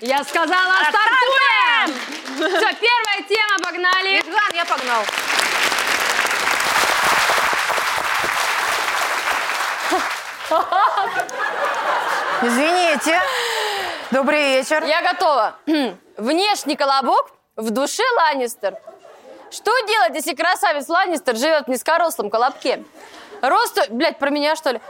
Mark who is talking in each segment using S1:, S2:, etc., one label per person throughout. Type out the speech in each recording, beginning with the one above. S1: Я
S2: А,
S1: сказала, стартуем! Все, первая тема, погнали.
S3: Ладно, я погнал. Извините. Добрый вечер.
S2: Я готова. Хм. Внешний колобок, в душе Ланнистер. Что делать, если красавец Ланнистер живет в низкорослом колобке? Росту... Блядь, про меня, что ли?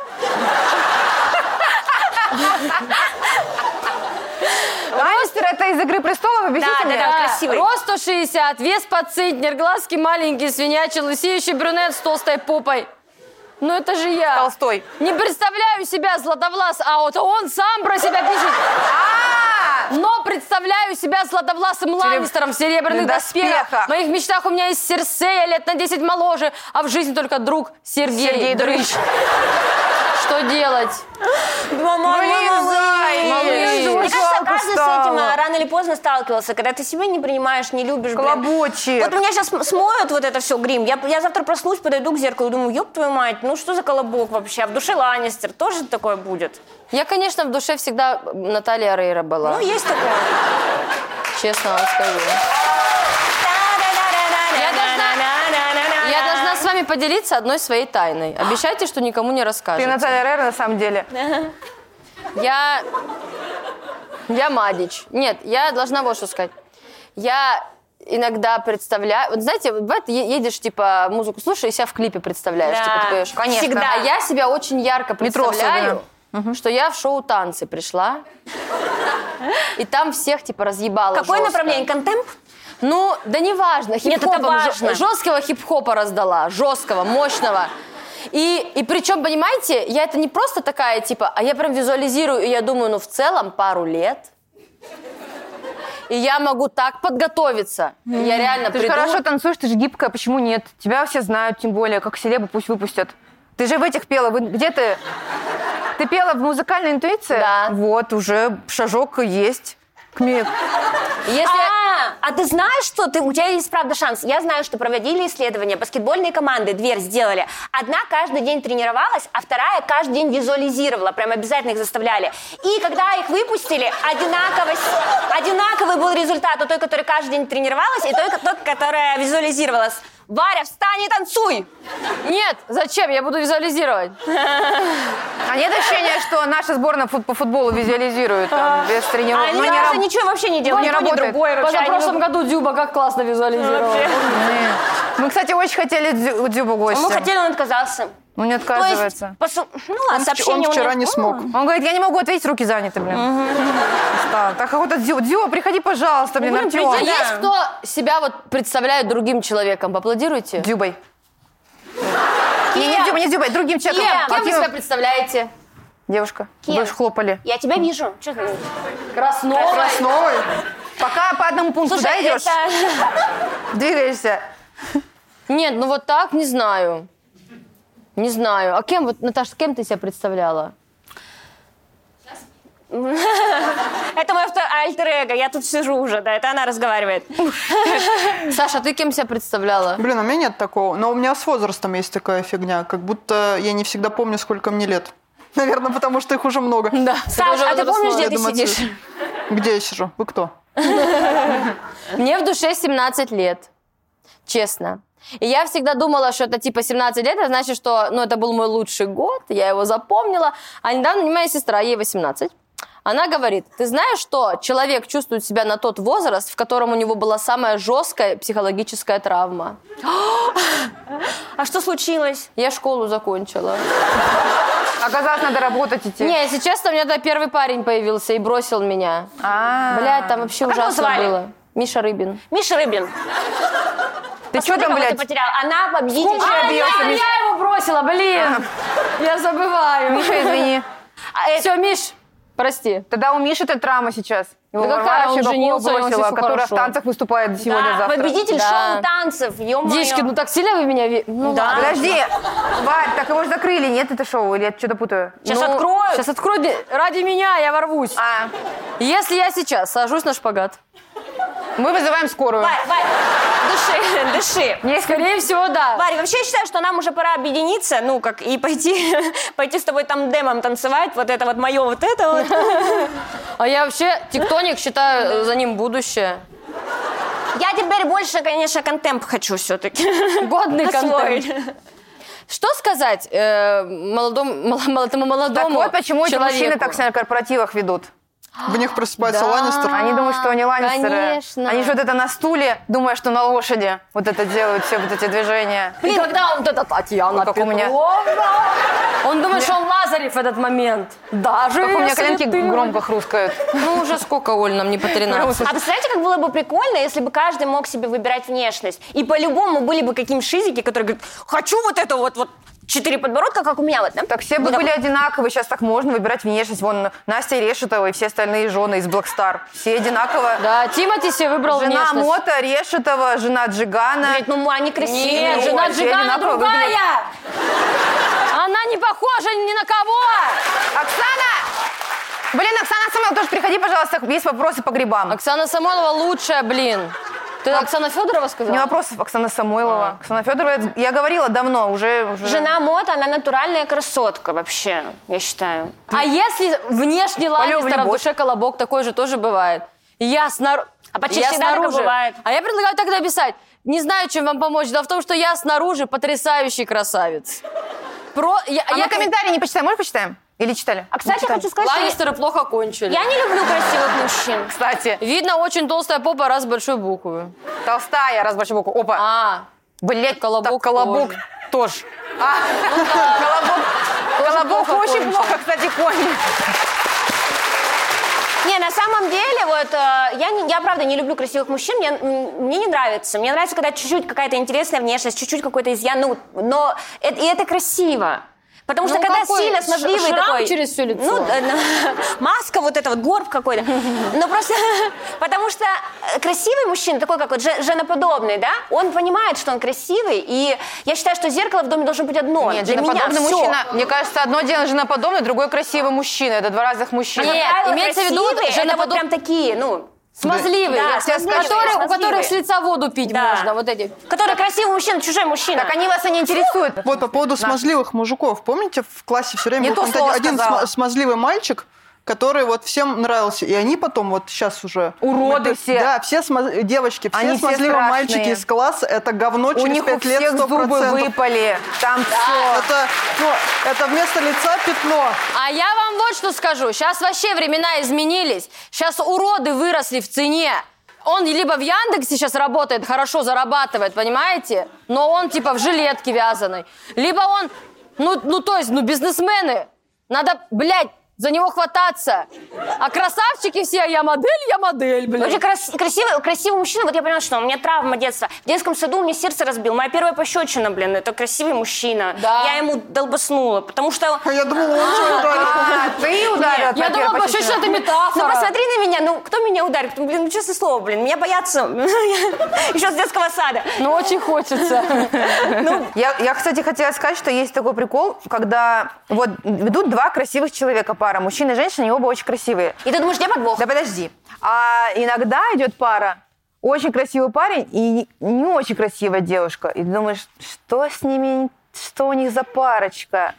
S3: Ланнистер это из «Игры престолов», объясните
S2: Да,
S3: мне.
S2: да, Рост 160, вес под центнер, глазки маленькие, свинячий, лысеющий брюнет с толстой попой. Ну это же я.
S3: Толстой.
S2: Не представляю себя Златовлас, а вот он сам про себя пишет. Но представляю себя Златовласом Ланнистером в серебряных
S3: доспехах.
S2: доспехах. В моих мечтах у меня есть Серсея лет на 10 моложе, а в жизни только друг Сергей,
S3: Сергей Дрыщ.
S2: Что делать?
S3: Блин, Зай,
S2: Малыш.
S3: мне
S4: Мне кажется,
S3: жалко
S4: каждый с этим
S3: стало.
S4: э, рано или поздно сталкивался, когда ты себя не принимаешь, не любишь, блин.
S3: Колобочек.
S4: Вот у меня сейчас смоют вот это все грим. Я, я завтра проснусь, подойду к зеркалу и думаю, ёб твою мать, ну что за колобок вообще? А в душе Ланнистер тоже такое будет?
S2: Я, конечно, в душе всегда Наталья Рейра была,
S4: Ну, есть такое.
S2: честно вам скажу. Я должна- Я должна с вами поделиться одной своей тайной. Обещайте, что никому не
S3: Ты
S2: расскажете.
S3: Наталья Рейра на самом деле.
S2: Я... Я Мадич. Нет, я должна вот что сказать. Я иногда представляю... Вот знаете, вот бывает, е- едешь, типа, музыку слушаешь и себя в клипе представляешь.
S4: Да,
S2: типа, такой, ш-
S4: конечно. Всегда.
S2: А я себя очень ярко
S3: Метро
S2: представляю, что я в шоу «Танцы» пришла. И там всех, типа, разъебала
S4: Какое
S2: жестко.
S4: направление? Контемп?
S2: Ну, да неважно.
S4: Нет, это
S2: хип-хопом, жё-
S4: важно.
S2: Жесткого хип-хопа раздала, жесткого, мощного. И, и причем, понимаете, я это не просто такая, типа, а я прям визуализирую, и я думаю, ну, в целом пару лет. И я могу так подготовиться. Я реально
S3: Ты же
S2: приду.
S3: хорошо танцуешь, ты же гибкая, почему нет? Тебя все знают, тем более, как селебу пусть выпустят. Ты же в этих пела, вы- где ты? Ты пела в музыкальной интуиции?
S2: Да.
S3: Вот, уже шажок есть. К ми-
S2: Если я-
S4: А, а ты знаешь, что ты, у тебя есть правда шанс? Я знаю, что проводили исследования, баскетбольные команды дверь сделали. Одна каждый день тренировалась, а вторая каждый день визуализировала, прям обязательно их заставляли. И когда их выпустили, одинаково, с- одинаковый был результат у той, которая каждый день тренировалась, и той, ко- той, которая визуализировалась. Варя, встань и танцуй! А?
S2: Нет, зачем? Я буду визуализировать.
S3: А нет ощущения, что наша сборная фут- по футболу визуализирует там, без тренировок?
S4: А Они
S3: Ну, не
S4: даже
S3: раб-
S4: ничего вообще не
S3: не
S4: делают. ни то, ни
S3: работает.
S4: другое вообще.
S2: В
S4: Они ну,
S2: прошлом году Дюба как классно визуализировала.
S3: Мы, кстати, очень хотели Дзю- Дзюбу
S4: вы-
S3: гостя.
S4: Ну, Мы хотели, он отказался.
S3: Он Ну, не
S4: То есть,
S3: отказывается.
S4: посу- ну ладно, сообщение у
S5: Он
S4: него-
S5: вчера не смог.
S3: Он говорит, я не могу ответить, руки заняты, блин. Да, Так, а вот Дзю, Дзю, приходи, пожалуйста, блин,
S4: Блин,
S3: Артем.
S2: А
S4: приди.
S2: есть кто себя вот представляет другим человеком? Поаплодируйте.
S3: Дзюбой. Не, не Дзюбой, не Дзюбой, другим человеком.
S2: Кем? Кем вы
S3: Акимов-
S2: себя представляете?
S3: Девушка,
S4: Кем?
S3: вы же хлопали.
S4: Я тебя вижу. Чё ты?
S2: Красновой.
S5: Красновой?
S3: Пока по одному пункту
S4: Слушай,
S3: дойдешь,
S4: это-
S3: двигаешься.
S2: Нет, ну вот так не знаю. Не знаю. А кем вот, Наташа, кем ты себя представляла?
S4: Это мой авто- альтер-эго, я тут сижу уже, да, это она разговаривает.
S2: Саша, ты кем себя представляла?
S5: Блин, у меня нет такого. Но у меня с возрастом есть такая фигня. Как будто я не всегда помню, сколько мне лет. Наверное, потому что их уже много. Да.
S4: Саш,
S2: тоже
S4: а ты
S2: возрастной,
S4: помнишь, где
S5: я
S4: ты
S5: думаю,
S4: сидишь?
S5: Где я сижу? Вы кто?
S2: Мне в душе 17 лет. Честно. И я всегда думала, что это типа 17 лет, это значит, что ну, это был мой лучший год, я его запомнила. А недавно моя сестра, ей 18, она говорит, ты знаешь, что человек чувствует себя на тот возраст, в котором у него была самая жесткая психологическая травма.
S4: А что случилось?
S2: Я школу закончила.
S3: Оказалось, А надо работать идти.
S2: Не, если честно, у меня тогда первый парень появился и бросил меня.
S3: А,
S2: Блядь, там вообще
S4: А как его
S2: ужасно
S4: звали?
S2: было. Миша Рыбин.
S4: Миша Рыблин.
S3: ты что там, блядь?
S4: потерял? Она победитель.
S3: Сколько
S4: А,
S3: бьёшься,
S4: да,
S3: Миш?
S4: я-
S2: его бросила, блин! Я забываю.
S3: Миша, извини.
S4: А, э,
S2: Все, Миш, прости.
S3: Тогда у Миши это драма сейчас. Его
S2: Да какая,
S3: Варвара
S2: он
S3: Щербакова
S2: женился, и он
S3: бросила,
S2: всё
S3: которая в
S2: хорошо.
S3: танцах выступает
S4: да,
S3: сегодня-завтра.
S4: победитель
S2: Да.
S4: шоу танцев, ё
S2: Девочки, ну так сильно вы меня... ви- Ну,
S4: Да.
S2: ладно.
S3: Подожди, Варь, так его же закрыли, нет, это шоу, или я что-то путаю?
S4: Сейчас
S2: Ну,
S4: откроют.
S2: Сейчас откроют. де- Ради меня я ворвусь.
S3: А,
S2: Если я сейчас сажусь на шпагат,
S3: мы вызываем скорую.
S4: Варь, Варь, дыши, дыши.
S2: Скорее всего, да.
S4: Варя, вообще я считаю, что нам уже пора объединиться, ну, как и пойти, пойти с тобой там демом танцевать, вот это вот мое, вот это вот.
S2: А я вообще тектоник считаю, э, за ним будущее.
S4: Я теперь больше, конечно, контемп хочу все-таки.
S2: Годный
S4: Освоить.
S2: контент. Что сказать э, молодому, мало- мало- этому
S3: Так
S2: молодому
S3: вот почему эти
S2: человеку?
S3: мужчины так себя на корпоративах ведут.
S5: В них просыпается
S2: Да.
S5: Ланнистер.
S3: Они думают, что они ланнистеры.
S2: конечно.
S3: Они же вот это на стуле, думая, что на лошади. Вот это делают все вот эти движения.
S2: И когда он вот это Татьяна
S3: Как у меня.
S2: Петровна, он думает, что он Лазарев в этот момент. Даже
S3: Как у меня
S2: если
S3: коленки
S2: ты-
S3: громко хрускают.
S2: Ну уже сколько, Оль, нам не по 13.
S4: А представляете, как было бы прикольно, если бы каждый мог себе выбирать внешность. И по-любому были бы какие-нибудь шизики, которые говорят, хочу вот это вот, вот четыре подбородка, как у меня вот. Ну да?»
S3: Так все бы
S4: Вот так
S3: были одинаковые, сейчас так можно выбирать внешность. Вон Настя Решетова и все остальные жены из Блэкстар. Все одинаково.
S2: Да, Тимати себе выбрал
S3: Жена
S2: внешность.
S3: Мота, Решетова, жена Джигана.
S4: Блядь, ну они красивые.
S2: Нет,
S3: Ну,
S2: жена
S3: вообще
S2: Джигана
S3: одинаково выглядит.
S2: другая. Она не похожа ни на кого.
S3: Оксана! Блин, Оксана Самойлова, тоже приходи, пожалуйста, есть вопросы по грибам.
S2: Оксана Самойлова лучшая, блин. Ты Оксана Федорова
S3: Не
S2: сказала?
S3: вопросов, Оксана Самойлова. Оксана Федорова, я говорила давно, уже... уже-
S4: Жена Мот, она натуральная красотка вообще, я считаю.
S2: А если внешний Ланнистер, а в
S3: любовь.
S2: душе колобок, такой же тоже бывает. Я, снар...
S4: А почти
S2: я
S4: всегда так и
S2: снаружи.
S4: бывает.
S2: А я предлагаю тогда писать. Не знаю, чем вам помочь. Дело в том, что я снаружи потрясающий красавец. Про... Я,
S3: А
S2: я
S3: мы комментарии не почитаем, может, почитаем? Или читали?
S4: А, кстати,
S3: Читали.
S4: хочу сказать, что я-
S2: Ланнистеры плохо кончили.
S4: я не люблю красивых мужчин.
S3: Кстати,
S2: Видно, очень толстая попа, раз с большой буквы.
S3: толстая, раз большой букву. Опа.
S2: А,
S3: Блять,
S2: колобок
S3: колобок тоже. А, колобок- Колобок
S2: плохо
S3: очень
S2: кончил.
S3: плохо, кстати, кончил.
S4: Не, на самом деле, вот, э, я, не- я правда не люблю красивых мужчин, мне, м, мне не нравится. Мне нравится, когда чуть-чуть какая-то интересная внешность, чуть-чуть какой-то изъян, ну, но это, и это красиво. Потому что
S2: Ну,
S4: когда
S2: какой
S4: сильно
S2: ш-
S4: смазливый
S2: шрам
S4: такой...
S2: через всё лицо.
S4: Ну, да, на- маска вот эта вот, горб какой-то. Ну, просто... Потому что э, красивый мужчина, такой как вот же- женоподобный, да, он понимает, что он красивый, и я считаю, что зеркало в доме должно быть одно.
S3: Нет,
S4: Для меня
S3: женоподобный
S4: все.
S3: мужчина. Мне кажется, одно дело женоподобный, другое красивый мужчина. Это два разных
S4: А
S3: мужчины.
S2: Нет, имеется в виду,
S4: это вот
S2: женоподоб-
S4: прям такие, ну...
S2: смазливые.
S4: Да,
S2: Я тебе скажу,
S4: смазливые,
S2: которые- у
S4: смазливые.
S2: которых с лица воду пить
S4: Да.
S2: можно. Вот эти.
S4: Который красивый мужчина, чужой мужчина.
S3: Так они вас и не интересуют.
S5: Вот по поводу смазливых мужиков. Помните, в классе все время
S3: Не
S5: был
S3: то
S5: какой-то
S3: слово
S5: один
S3: сказала.
S5: сма- смазливый мальчик, который вот всем нравился. И они потом, вот сейчас уже...
S3: Уроды
S5: Это-
S3: все.
S5: Да, все смаз- девочки, все
S3: Они все
S5: смазливые
S3: страшные.
S5: мальчики из класса. Это говно
S3: У
S5: через
S3: них у
S5: пять лет
S3: всех зубы
S5: 100%.
S3: выпали. Там все.
S5: Это, ну, это вместо лица пятно.
S2: А я вам вот что скажу. Сейчас вообще времена изменились. Сейчас уроды выросли в цене. Он либо в Яндексе сейчас работает, хорошо зарабатывает, понимаете? Но он типа в жилетке вязаной. Либо он, ну, ну то есть, ну бизнесмены. Надо, блядь, за него хвататься. А красавчики все, я модель, я модель,
S4: Вообще
S2: блядь.
S4: крас- красивый, красивый мужчина, вот я поняла, что у меня травма детства. В детском саду мне сердце разбил. Моя первая пощечина, блин, это красивый мужчина.
S2: Да.
S4: Я ему долбаснула, потому что...
S5: А я думала, он что
S3: А, ты ударил.
S2: Я думала, вообще, что это
S4: Ну,
S2: метафора.
S4: посмотри на меня, ну, кто меня ударит? Ну, Блин, ну, честное слово, блин, меня боятся еще с детского сада.
S2: Ну, очень хочется.
S3: Я, я, кстати, хотела сказать, что есть такой прикол, когда вот ведут два красивых человека пара, мужчина и женщина, они оба очень красивые.
S4: И ты думаешь, где подвох?
S3: Да подожди. А иногда идет пара, очень красивый парень и не очень красивая девушка. И ты думаешь, что с ними, что у них за парочка?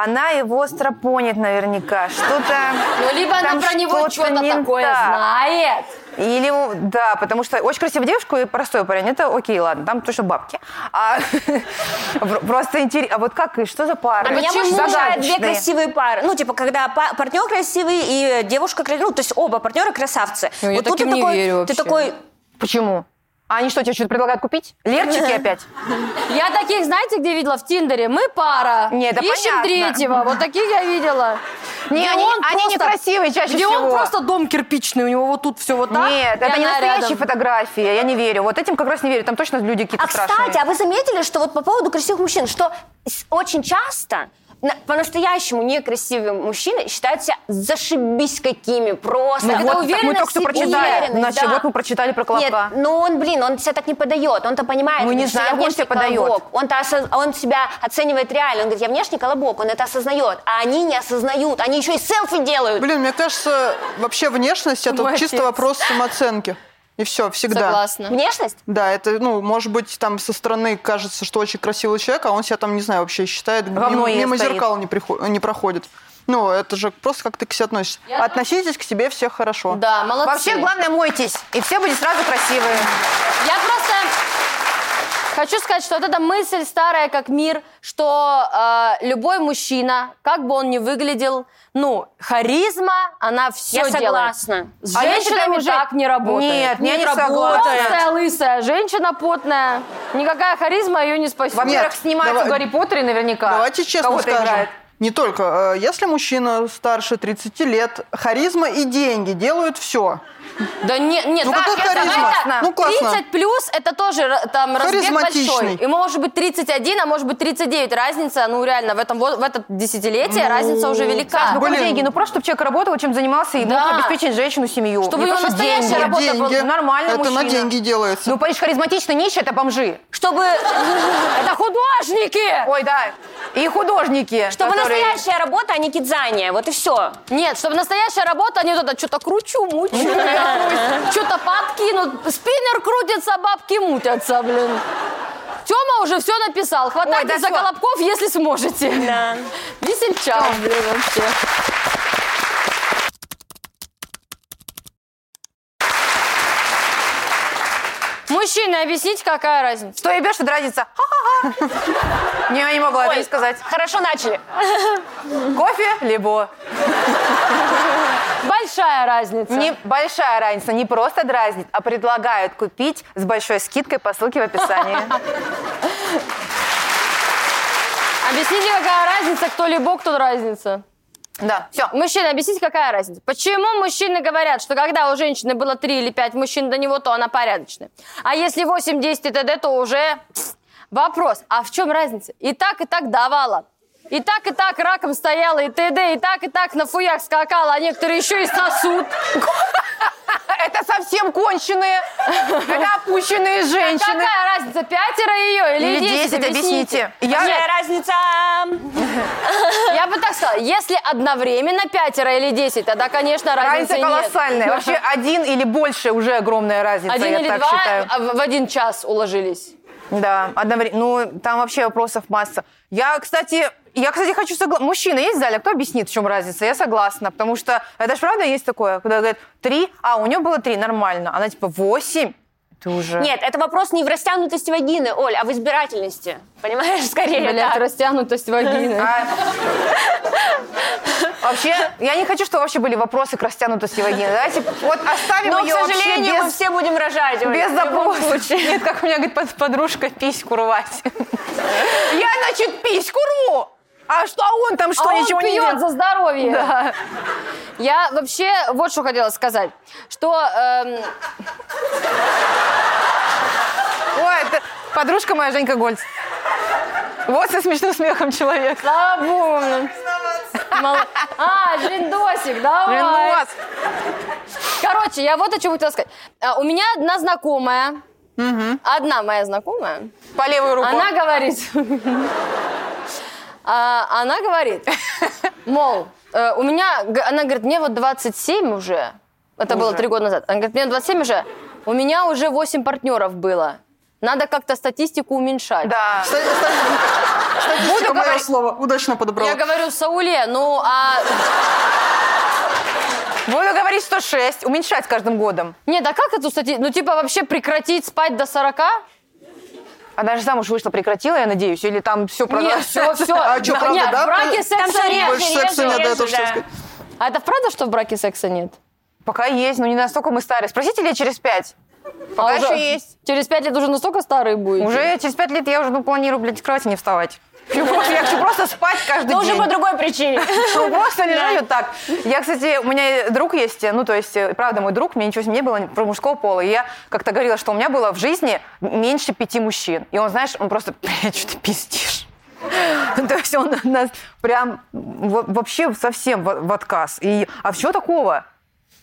S3: Она его стропонит наверняка. Что-то...
S2: Ну, либо она
S3: там
S2: про него
S3: что-то
S2: что-то
S3: не
S2: такое
S3: так.
S2: знает.
S3: Или, да, потому что очень красивая девушка и простой парень, это окей, ладно, там точно бабки. А пр- просто интересно, а вот как, и что за пара?
S4: А меня
S3: Почему?
S4: может мешают две
S3: Загадочные.
S4: красивые пары. Ну, типа, когда па- партнер красивый и девушка красивая. Ну, то есть оба партнера красавцы.
S2: Ну, я
S4: вот тут
S2: таким
S4: ты
S2: не
S4: такой,
S2: верю
S4: ты
S2: вообще.
S4: такой,
S3: Почему? А они что, тебе что-то предлагают купить? Лерчики опять?
S2: Я таких, знаете, где видела? В Тиндере. Мы пара.
S3: Не, это понятно.
S2: Ищем третьего. Вот таких я видела.
S3: Не,
S2: Где
S3: они,
S2: он
S3: они
S2: просто-
S3: некрасивые чаще
S2: Где
S3: всего.
S2: он просто дом кирпичный, у него вот тут все вот так.
S3: Нет,
S2: и
S3: это не
S2: она
S3: настоящие
S2: рядом.
S3: фотографии, я не верю. Вот этим как раз не верю, там точно люди какие-то
S4: А, кстати,
S3: страшные.
S4: а вы заметили, что вот по поводу красивых мужчин, что с- очень часто на- по-настоящему некрасивые мужчины считают себя зашибись какими просто.
S3: Ну вот, так мы
S2: уверенность
S3: только что
S2: в себе,
S3: прочитали.
S4: уверенность,
S3: Значит,
S4: да.
S3: вот мы прочитали про
S4: Нет,
S3: колобка.
S4: ну он, блин, он себя так не подает, он-то понимает.
S3: Мы Ну, не
S4: что я
S3: знаем, как он себя
S4: внешний
S3: подает.
S4: колобок. Он-то осоз- он себя оценивает реально, он говорит, я внешний колобок, он это осознает, а они не осознают, они еще и селфи делают.
S5: Блин, мне кажется, вообще внешность это
S2: Мой
S5: чисто
S2: отец.
S5: вопрос самооценки. И все, всегда.
S3: ну
S2: Согласна.
S4: Внешность?
S5: Да, это, ну, может быть, там со стороны кажется, что очень красивый человек, а он себя там, не знаю, вообще считает, мимо,
S3: мное
S5: мимо
S3: стоит.
S5: зеркала не, приход- не проходит. Ну, это же просто как ты к себе относишься. Относитесь к себе все хорошо.
S2: Да, молодцы.
S3: Вообще, главное, мойтесь, и все будет сразу красивые.
S2: Я просто хочу сказать, что вот эта мысль старая, как мир, что э, любой мужчина, как бы он ни выглядел, ну, харизма, она все
S4: Я
S2: делает.
S4: согласна.
S2: С
S3: А я
S2: женщинами
S3: считаю, мужик-
S2: так не работает.
S3: Нет, я не
S2: Толстая,
S3: согласна.
S2: лысая, женщина потная. Никакая харизма ее не спасет.
S3: Во-первых, снимается
S5: давай-
S3: в Гарри Поттере наверняка.
S5: Давайте честно
S3: Кого-то
S5: скажем.
S3: играет.
S5: Не только. э, Если мужчина старше 30 лет, харизма и деньги делают все.
S2: Да не, нет,
S5: Ну
S2: да,
S5: какой
S2: честно,
S5: харизма?
S2: давай так,
S5: Ну классно.
S2: 30 плюс это тоже р- там разбег большой.
S5: Харизматичный.
S2: И может быть 31, а может быть 39. Разница, ну реально, в, этом, во- в это десятилетие разница уже велика.
S3: Ну,
S5: А, Блин.
S3: какие деньги, ну просто, чтобы человек работал, чем занимался, и мог
S2: Да.
S3: обеспечить женщину, семью.
S2: Чтобы
S3: Не
S2: у него
S3: просто
S2: настоящая
S3: деньги.
S2: работа была.
S5: деньги.
S3: Нормальный
S5: Это на
S3: мужчина.
S5: деньги делается.
S3: Ну, понимаешь, харизматично нищие – это бомжи.
S2: Чтобы... Это художники!
S3: Ой, да. И художники.
S4: Чтобы
S3: которые-
S4: настоящая работа, а не кидзание. Вот и все.
S2: Нет, чтобы настоящая работа, они вот это что-то кручу, мучу, что-то подкинут, спиннер крутится, бабки мутятся, блин. Тема уже все написал. Хватайте
S3: да
S2: за
S3: всё.
S2: колобков, если сможете. Да. Весельчак, блин, вообще. Мужчины, объясните, какая разница?
S3: Что ебешь, что разница? Ха-ха-ха. Не, я не могла это не сказать.
S4: Хорошо начали.
S3: Кофе, либо.
S2: Большая разница.
S3: Небольшая разница. Не просто дразнит, а предлагают купить с большой скидкой по ссылке в описании.
S2: Объясните, какая разница, кто либо, кто разница.
S3: Да, все.
S2: Мужчина, объясните, какая разница? Почему мужчины говорят, что когда у женщины было 3 или 5 мужчин до него, то она порядочная? А если 8-10 и т.д., то уже... пф, Вопрос, а в чем разница? И так, и так давала. И так, и так раком стояла, и т.д., и так, и так на фуях скакала, а некоторые еще и сосут.
S3: Это совсем конченые, это опущенные женщины.
S2: Какая разница, пятеро ее или,
S3: Или
S2: 10,
S3: 10, объясните. Я-
S4: Какая разница?
S2: Я бы так сказала, если одновременно пятеро или 10, тогда, конечно, разницы
S3: Разница
S2: нет.
S3: колоссальная. Вообще один или больше уже огромная разница,
S2: Один
S3: я
S2: или
S3: так
S2: два
S3: считаю.
S2: а, в в один час уложились.
S3: Да, одновременно. Ну, там вообще вопросов масса. Я, кстати, я, кстати, хочу согласна. Мужчина есть в зале? Кто объяснит, в чем разница? Я согласна, потому что это же правда есть такое, когда говорят три, а у нее было три, нормально. Она типа восемь. Ты уже...
S4: Нет, это вопрос не в растянутости вагины, Оль, а в избирательности. Понимаешь, скорее
S2: Блядь,
S4: так.
S2: растянутость вагины.
S3: А- Вообще, я не хочу, чтобы вообще были вопросы к растянутости вагины. Давайте вот оставим
S2: Ну,
S4: Но, к
S3: ее вообще
S4: сожалению, мы
S3: без,
S4: все будем рожать, Оль.
S3: без
S4: в любом
S3: запроса. Нет, как у меня, говорит, под- подружка, письку рвать. Я, значит, письку рву, а что а он там что,
S2: а он
S3: ничего не
S2: пьет
S3: делает?
S2: за здоровье.
S3: Да.
S2: Я вообще вот что хотела сказать, что эм,
S3: Ой, это подружка моя, Женька Гольц. Вот со смешным смехом человек.
S2: слава богу. Мол- А, Жендосик,
S3: Блин,
S2: давай.
S3: ну вас.
S2: Короче, я вот о чем хотела сказать. А, у меня одна знакомая, одна моя знакомая,
S3: По левую руку.
S2: она говорит, а, она говорит, мол, э, у меня, г- она говорит, мне вот 27 уже, это было три года назад, она говорит, мне 27 уже, у меня уже 8 партнеров было. Надо как-то статистику уменьшать.
S3: Да.
S5: Кстати, кстати, статистика, мое
S3: говорить.
S5: слово. Удачно подобрала.
S2: Я говорю, Сауле, ну а...
S3: Буду говорить 106, уменьшать с каждым годом.
S2: Нет, а как эту статистику? Ну типа вообще прекратить спать до 40?
S3: Она же замуж вышла, прекратила, я надеюсь, или там все
S2: Нет, все, все.
S5: А что, правда,
S2: Нет,
S5: да?
S2: в браке секса
S4: всё
S2: нет.
S5: Больше
S4: реже,
S5: секса
S4: реже,
S5: нет, да, я
S4: реже,
S5: тоже хотела
S4: да.
S5: сказать.
S2: А это правда, что в браке секса нет?
S3: Пока есть, но не настолько мы старые. Спросите лет через пять. Пока
S2: А
S3: еще
S2: уже-
S3: есть.
S2: Через пять лет уже настолько старые будете?
S3: Уже через пять лет я уже ну, планирую, блядь, с кровати не вставать. Я просто- я хочу просто спать каждый
S4: Но
S3: день.
S4: Ну, уже по другой причине.
S3: Чтобы просто лежать вот так. Я, кстати, у меня друг есть, ну, то есть, э, правда, мой друг, мне ничего с ним не было про мужского пола. И я как-то говорила, что у меня было в жизни меньше пяти мужчин. И он, знаешь, он просто, блядь, что ты пиздишь? Ну, То есть он нас прям во- вообще совсем в, в отказ. И, а чего такого?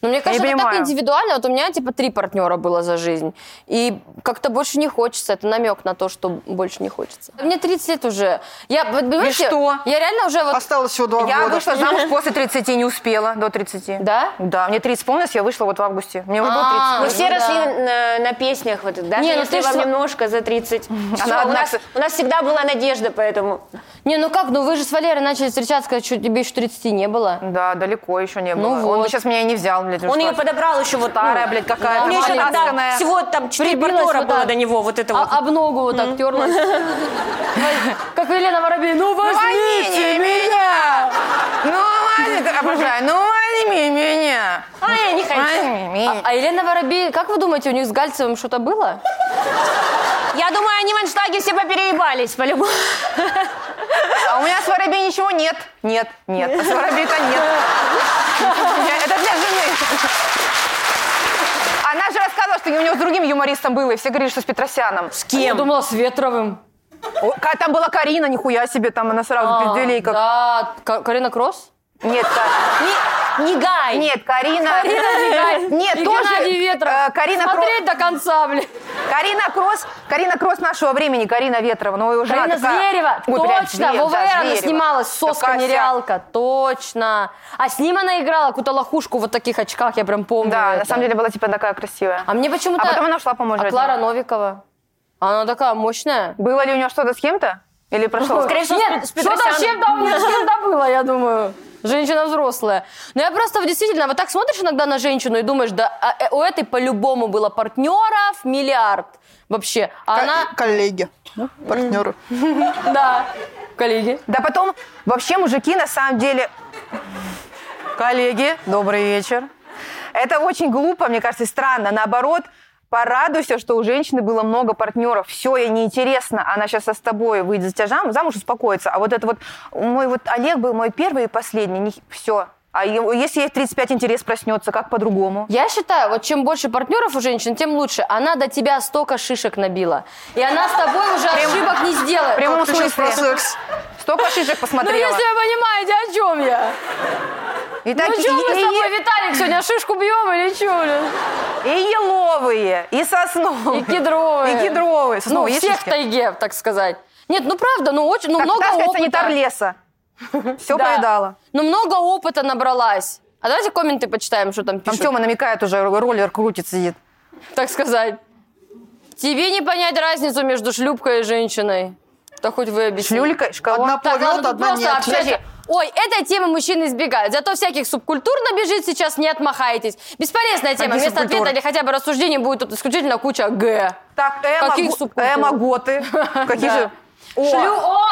S2: Но мне кажется, это так
S3: понимаю.
S2: индивидуально. Вот у меня типа три партнера было за жизнь. И как-то больше не хочется. Это намек на то, что больше не хочется. Мне 30 лет уже. Я, вот, понимаете,
S3: что? А
S2: Я реально уже вот...
S5: Осталось всего два
S3: Я
S5: года.
S3: вышла замуж после 30, не успела до 30.
S2: Да?
S3: Да, мне 30 исполнилось, я вышла вот в августе. Мне уже было 30.
S2: А,
S4: Мы
S2: ну
S4: все
S2: да.
S4: росли на, на песнях, вот, даже
S2: Не, ну
S4: если
S2: ты ж
S4: вам
S2: сва-
S4: немножко за 30. Всё, у,
S3: одна,
S4: нас,
S3: кстати-
S4: у нас всегда была надежда, поэтому...
S2: Не, ну как, ну вы же с Валерой начали встречаться, когда чё- тебе еще 30 не было.
S3: Да, далеко еще не было.
S2: Ну вот.
S3: Он сейчас меня и не взял, блядь.
S2: Ну
S4: Он ее подобрал еще вот...
S3: Старая, блядь, какая-то.
S4: У меня еще
S3: маленькая.
S4: тогда всего там 4
S2: Прибилась
S4: партнера
S2: вот
S4: было
S2: так.
S4: до него, вот это вот.
S2: А- об ногу вот так терлась. Как Елена Воробей, ну возьмите!
S3: Возьмите меня! Ну, возьмите, обожаю. Ну, возьми меня.
S4: А, я не хочу.
S3: Возьми меня.
S2: А Елена Воробей, как вы думаете, у них с Гальцевым что-то было?
S4: Я думаю, они в аншлаге все попереебались, по-любому.
S3: А у меня с воробей ничего нет. Нет, нет. А с воробей-то нет. Я- Это для жены. Она же рассказывала, что у нее с другим юмористом было, и все говорили, что с Петросяном.
S4: С
S2: Я
S4: кем?
S2: думала, с Ветровым.
S3: О, ка- Там была Карина, нихуя себе, там она сразу пизделей как...
S2: А, Да, Ка- Карина Кросс?
S3: Нет, Ка-
S4: Не, не гай.
S3: нет, Карина... Нет,
S2: И
S3: тоже...
S2: Геннадий Ветров.
S3: э, Карина Кро-
S2: Смотреть до конца, блин.
S3: Карина Кросс, Карина Кросс нашего времени, Карина Ветрова, но уже
S2: Карина Зверева, точно, в ОВР она снималась, соска нереалка, точно. А с ним она играла какую-то лохушку в вот таких очках, я прям помню
S3: Да, на
S2: это.
S3: самом деле была типа такая красивая.
S2: А мне почему-то...
S3: А потом она ушла, по-моему,
S2: А
S3: жить.
S2: Клара Новикова? Она такая мощная.
S3: Было ли у нее что-то с кем-то? Или прошло?
S4: Скорее всего,
S2: Нет,
S4: с
S2: что-то с чем-то у меня с кем-то было, я думаю. Женщина взрослая. Но я просто вот действительно вот так смотришь иногда на женщину и думаешь, да а, э, у этой по-любому было партнеров миллиард вообще. А она,
S5: Ко- Коллеги, ну, партнеры.
S2: да, коллеги.
S3: Да потом вообще мужики на самом деле... Коллеги, добрый вечер. Это очень глупо, мне кажется, и странно. Наоборот, порадуйся, что у женщины было много партнеров. Все, ей неинтересно. Она сейчас с тобой выйдет за тебя зам- замуж, успокоится. А вот это вот... Мой вот Олег был мой первый и последний. Все. А е- если ей в 35 интерес проснется, как по-другому?
S2: Я считаю, вот чем больше партнеров у женщин, тем лучше. Она до тебя столько шишек набила. И она с тобой уже ошибок не сделает.
S3: в прямом
S5: Ты сейчас про
S3: смысле.
S5: секс.
S3: Столько шишек
S2: Ну,
S3: посмотрела.
S2: если вы понимаете, о чем я.
S3: И
S2: Ну,
S3: такие-
S2: что мы с
S3: и-
S2: тобой, Виталик, сегодня шишку бьем или что? блин?
S3: и еловые, и сосновые.
S2: И кедровые.
S3: И кедровые.
S2: Ну,
S3: Сосновые есть
S2: всех в
S3: шишки?
S2: тайге, так сказать. Нет, ну правда, ну очень, ну
S3: Как
S2: много
S3: Таска и
S2: опыта.
S3: санитар леса. Все
S2: Да.
S3: повидала.
S2: Ну много опыта набралась. А давайте комменты почитаем, что там
S3: Там
S2: пишут,
S3: Тёма намекает уже, роллер крутит, сидит.
S2: так сказать. Тебе не понять разницу между шлюпкой и женщиной. Да хоть вы объясните.
S3: Шлюлька, шкала.
S5: Одна
S2: Так, ну, ладно, тут
S5: плывет, одна
S2: просто
S5: нет.
S2: общаться.
S3: Подожди.
S2: Ой, этой темы мужчины избегают. Зато всяких субкультур набежит сейчас, не отмахайтесь. Бесполезная тема.
S3: Какие
S2: Вместо
S3: субкультуры?
S2: ответа или хотя бы рассуждений будет тут исключительно куча Г.
S3: Так, Эма,
S2: Каких
S3: Гу-
S2: субкультур?
S3: Эма Готы. Какие
S2: Да.
S3: же... О,
S2: Шлю... О!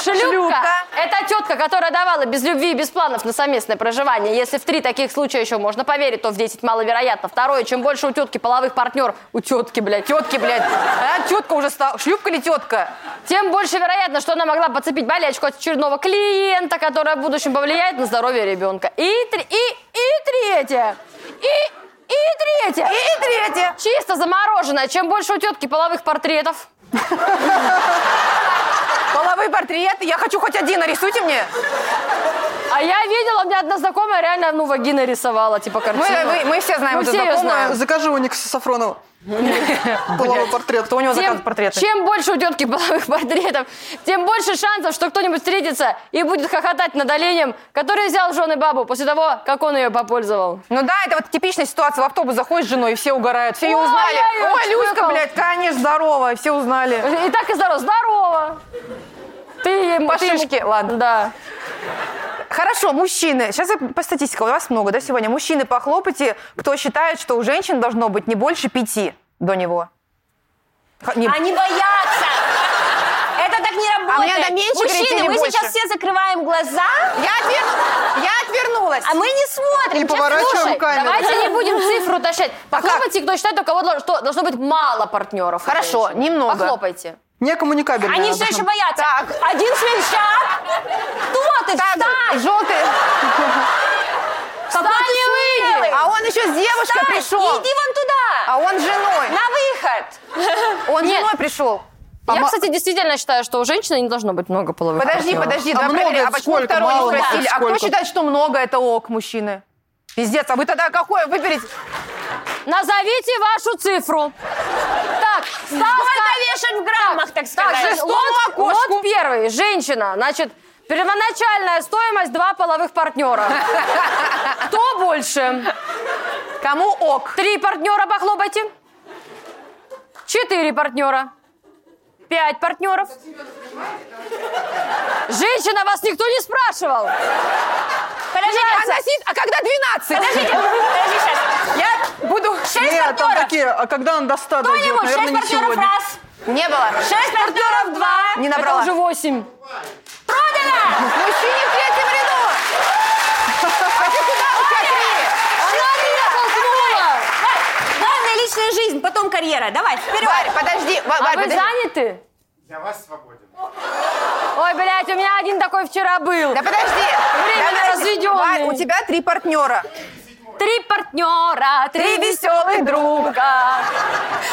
S2: Шлюпка.
S3: Шлюпка.
S2: Это тетка, которая давала без любви и без планов на совместное проживание. Если в три таких случая еще можно поверить, то в 10 маловероятно. Второе, чем больше у тетки половых партнер, у тетки, блядь,
S3: Тетки, блядь. А, тетка уже стала. Шлюпка или тетка?
S2: тем больше вероятно, что она могла подцепить болячку от очередного клиента, которая в будущем повлияет на здоровье ребенка. И, тре- и, и третье. И, и третье.
S3: И, и третья.
S2: Чисто замороженное. Чем больше у тетки половых портретов,
S3: Половые портреты. Я хочу хоть один, нарисуйте мне.
S2: А я видела, у меня одна знакомая реально, ну, вагина рисовала, типа,
S3: Мы,
S2: картину.
S3: мы- мы все знаем
S2: Мы
S3: эту
S2: все её
S3: знакомую.
S2: знаем.
S5: Э, Закажи у Никса Сафронова. Половой портрет.
S3: Кто у него
S2: Тем-
S3: заказывает портреты?
S2: Чем больше у тетки половых портретов, тем больше шансов, что кто-нибудь встретится и будет хохотать над оленем, который взял в жены бабу после того, как он ее попользовал.
S3: Ну да, это вот типичная ситуация. В автобус заходишь с женой, и все угорают. Все ее
S2: Ой,
S3: узнали.
S2: я её
S3: Ой, Люська,
S2: шлепал.
S3: блядь, конечно, здорово. Все узнали.
S2: И так и здорово. Здорово! Ты ему...
S3: По
S2: ты ему-
S3: шишке, ладно.
S2: Да.
S3: Хорошо, мужчины. Сейчас я по статистике. У вас много, да, сегодня? Мужчины, похлопайте, кто считает, что у женщин должно быть не больше пяти до него. Х- не- А
S4: Они боятся. Это так не
S2: А
S4: работает.
S3: надо меньше говорить или
S4: Мужчины, мы
S3: больше?
S4: сейчас все закрываем глаза,
S3: Я, отвер- я отвернулась.
S4: а мы не смотрим.
S5: Не
S4: Честно,
S5: поворачиваем
S4: слушай,
S5: камеру.
S2: Давайте не будем цифру уточнять.
S4: А
S2: Похлопайте, кто считает, у кого должно, что должно быть мало партнеров. у
S3: Хорошо,
S2: женщины.
S3: немного.
S2: Похлопайте.
S5: Не коммуникабельная.
S4: Они
S5: она
S4: все еще
S5: должна быть.
S4: боятся. Один смельчак. Кто ты?
S3: Так,
S4: Встань!
S3: желтый.
S4: Встань и
S3: Ой,
S4: выйди!
S3: А он еще с девушкой
S4: Встань!
S3: пришел.
S4: Иди вон туда!
S3: А он с женой.
S4: На выход!
S3: Он с
S2: Нет.
S3: женой пришел.
S2: Я,
S5: ма-
S2: кстати, действительно считаю, что у женщины не должно быть много половых
S3: Подожди,
S2: партнеров.
S3: подожди,
S5: А
S3: давай
S5: много
S3: проверим.
S5: это
S3: А почему
S5: сколько?
S3: второй не
S5: Мало это
S3: спросили? А кто
S5: сколько?
S3: считает, что много это ок, мужчины? Пиздец, а вы тогда какое выберете?
S2: Назовите вашу цифру. Так, ставка...
S4: Сколько вешать в граммах, так
S2: Так,
S4: сказать?
S2: лот, лот первый, женщина. Значит, первоначальная стоимость два половых партнера. Кто больше?
S3: Кому ок?
S2: Три партнера похлопайте. Четыре партнера. Пять партнеров. Женщина, вас никто не спрашивал.
S4: Подождите,
S3: Она сидит, а когда 12?
S4: подождите, подожди сейчас.
S3: Я буду...
S4: Шесть
S5: Нет, там
S4: партнеров.
S5: такие, а когда он до 100 дойдет,
S4: Кто-нибудь, шесть
S5: наверное, не
S4: партнеров
S5: сегодня.
S4: раз.
S3: Не было.
S4: Шесть партнеров два.
S3: Не
S2: Это
S3: набрала.
S2: уже восемь.
S4: Продано!
S3: Мужчине в третьем ряду. А ты куда укатили?
S2: Она меня толкнула.
S4: Главное личная жизнь, потом карьера. Давай, вперед.
S3: Варь, подожди. Ва-
S2: А
S3: Варь,
S2: вы
S3: подожди.
S2: заняты?
S6: Для вас свободен.
S2: Ой, блядь, у меня один такой вчера был.
S3: Да подожди.
S2: Время
S3: Да,
S2: разведённое.
S3: Варь, у тебя три партнера.
S2: Три партнера, три,
S3: Три веселых друга.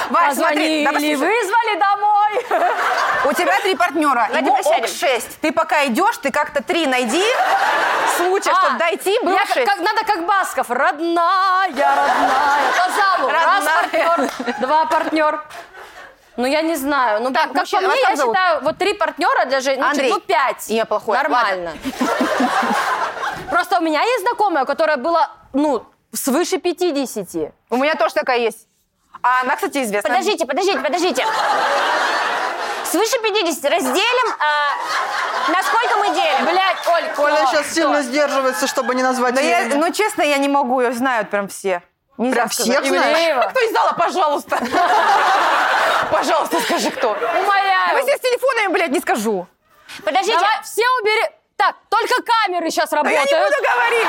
S3: Варь, смотри.
S2: Позвонили,
S3: да, послушай.
S2: вызвали домой.
S3: У тебя три партнера.
S4: Давайте
S3: Ему
S4: присядем.
S3: ок шесть. Ты пока идешь, ты как-то три найди. Случай,
S2: А,
S3: чтобы дойти, было
S2: я как-
S3: шесть.
S2: как- надо как Басков. Родная, родная. По залу. Раз
S3: Родная.
S2: партнер, два партнер. Ну, я не знаю. Ну, как, как
S3: мужчина,
S2: по
S3: вас
S2: мне,
S3: как
S2: я
S3: зовут?
S2: считаю, вот три партнера для женщин,
S3: Андрей.
S2: ну, пять.
S3: Я плохой.
S2: Нормально. Просто у меня есть знакомая, которая была, ну, свыше 50.
S3: У меня тоже такая есть. А она, кстати, известна.
S4: Подождите, подождите, подождите. Свыше 50 разделим, а, на сколько мы делим?
S2: Блядь, Оль,
S5: Коля
S2: кто?
S5: сейчас сильно сдерживается, чтобы не назвать
S3: Да я,
S5: ее.
S3: ну, честно, я не могу, ее знают прям все. Нельзя
S5: Прям
S3: сказать. А
S5: всех знаешь?
S2: Ивлеева.
S3: Кто из зала, пожалуйста. Пожалуйста, скажи, кто.
S2: Умоляю.
S3: Вы все с телефонами, блядь, не скажу.
S4: Подождите,
S2: Давай, все убери. Так, только камеры сейчас
S3: Да А я
S2: работают.
S3: не буду говорить.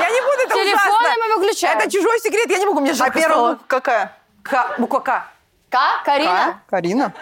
S3: Я не буду, это
S2: Телефоны
S3: ужасно.
S2: мы выключаем.
S3: Это чужой секрет, я не могу, мне
S5: А
S3: жалко
S5: первая
S3: стало.
S5: буква какая?
S3: К, буква К.
S2: Ка? Карина?
S5: А? Карина?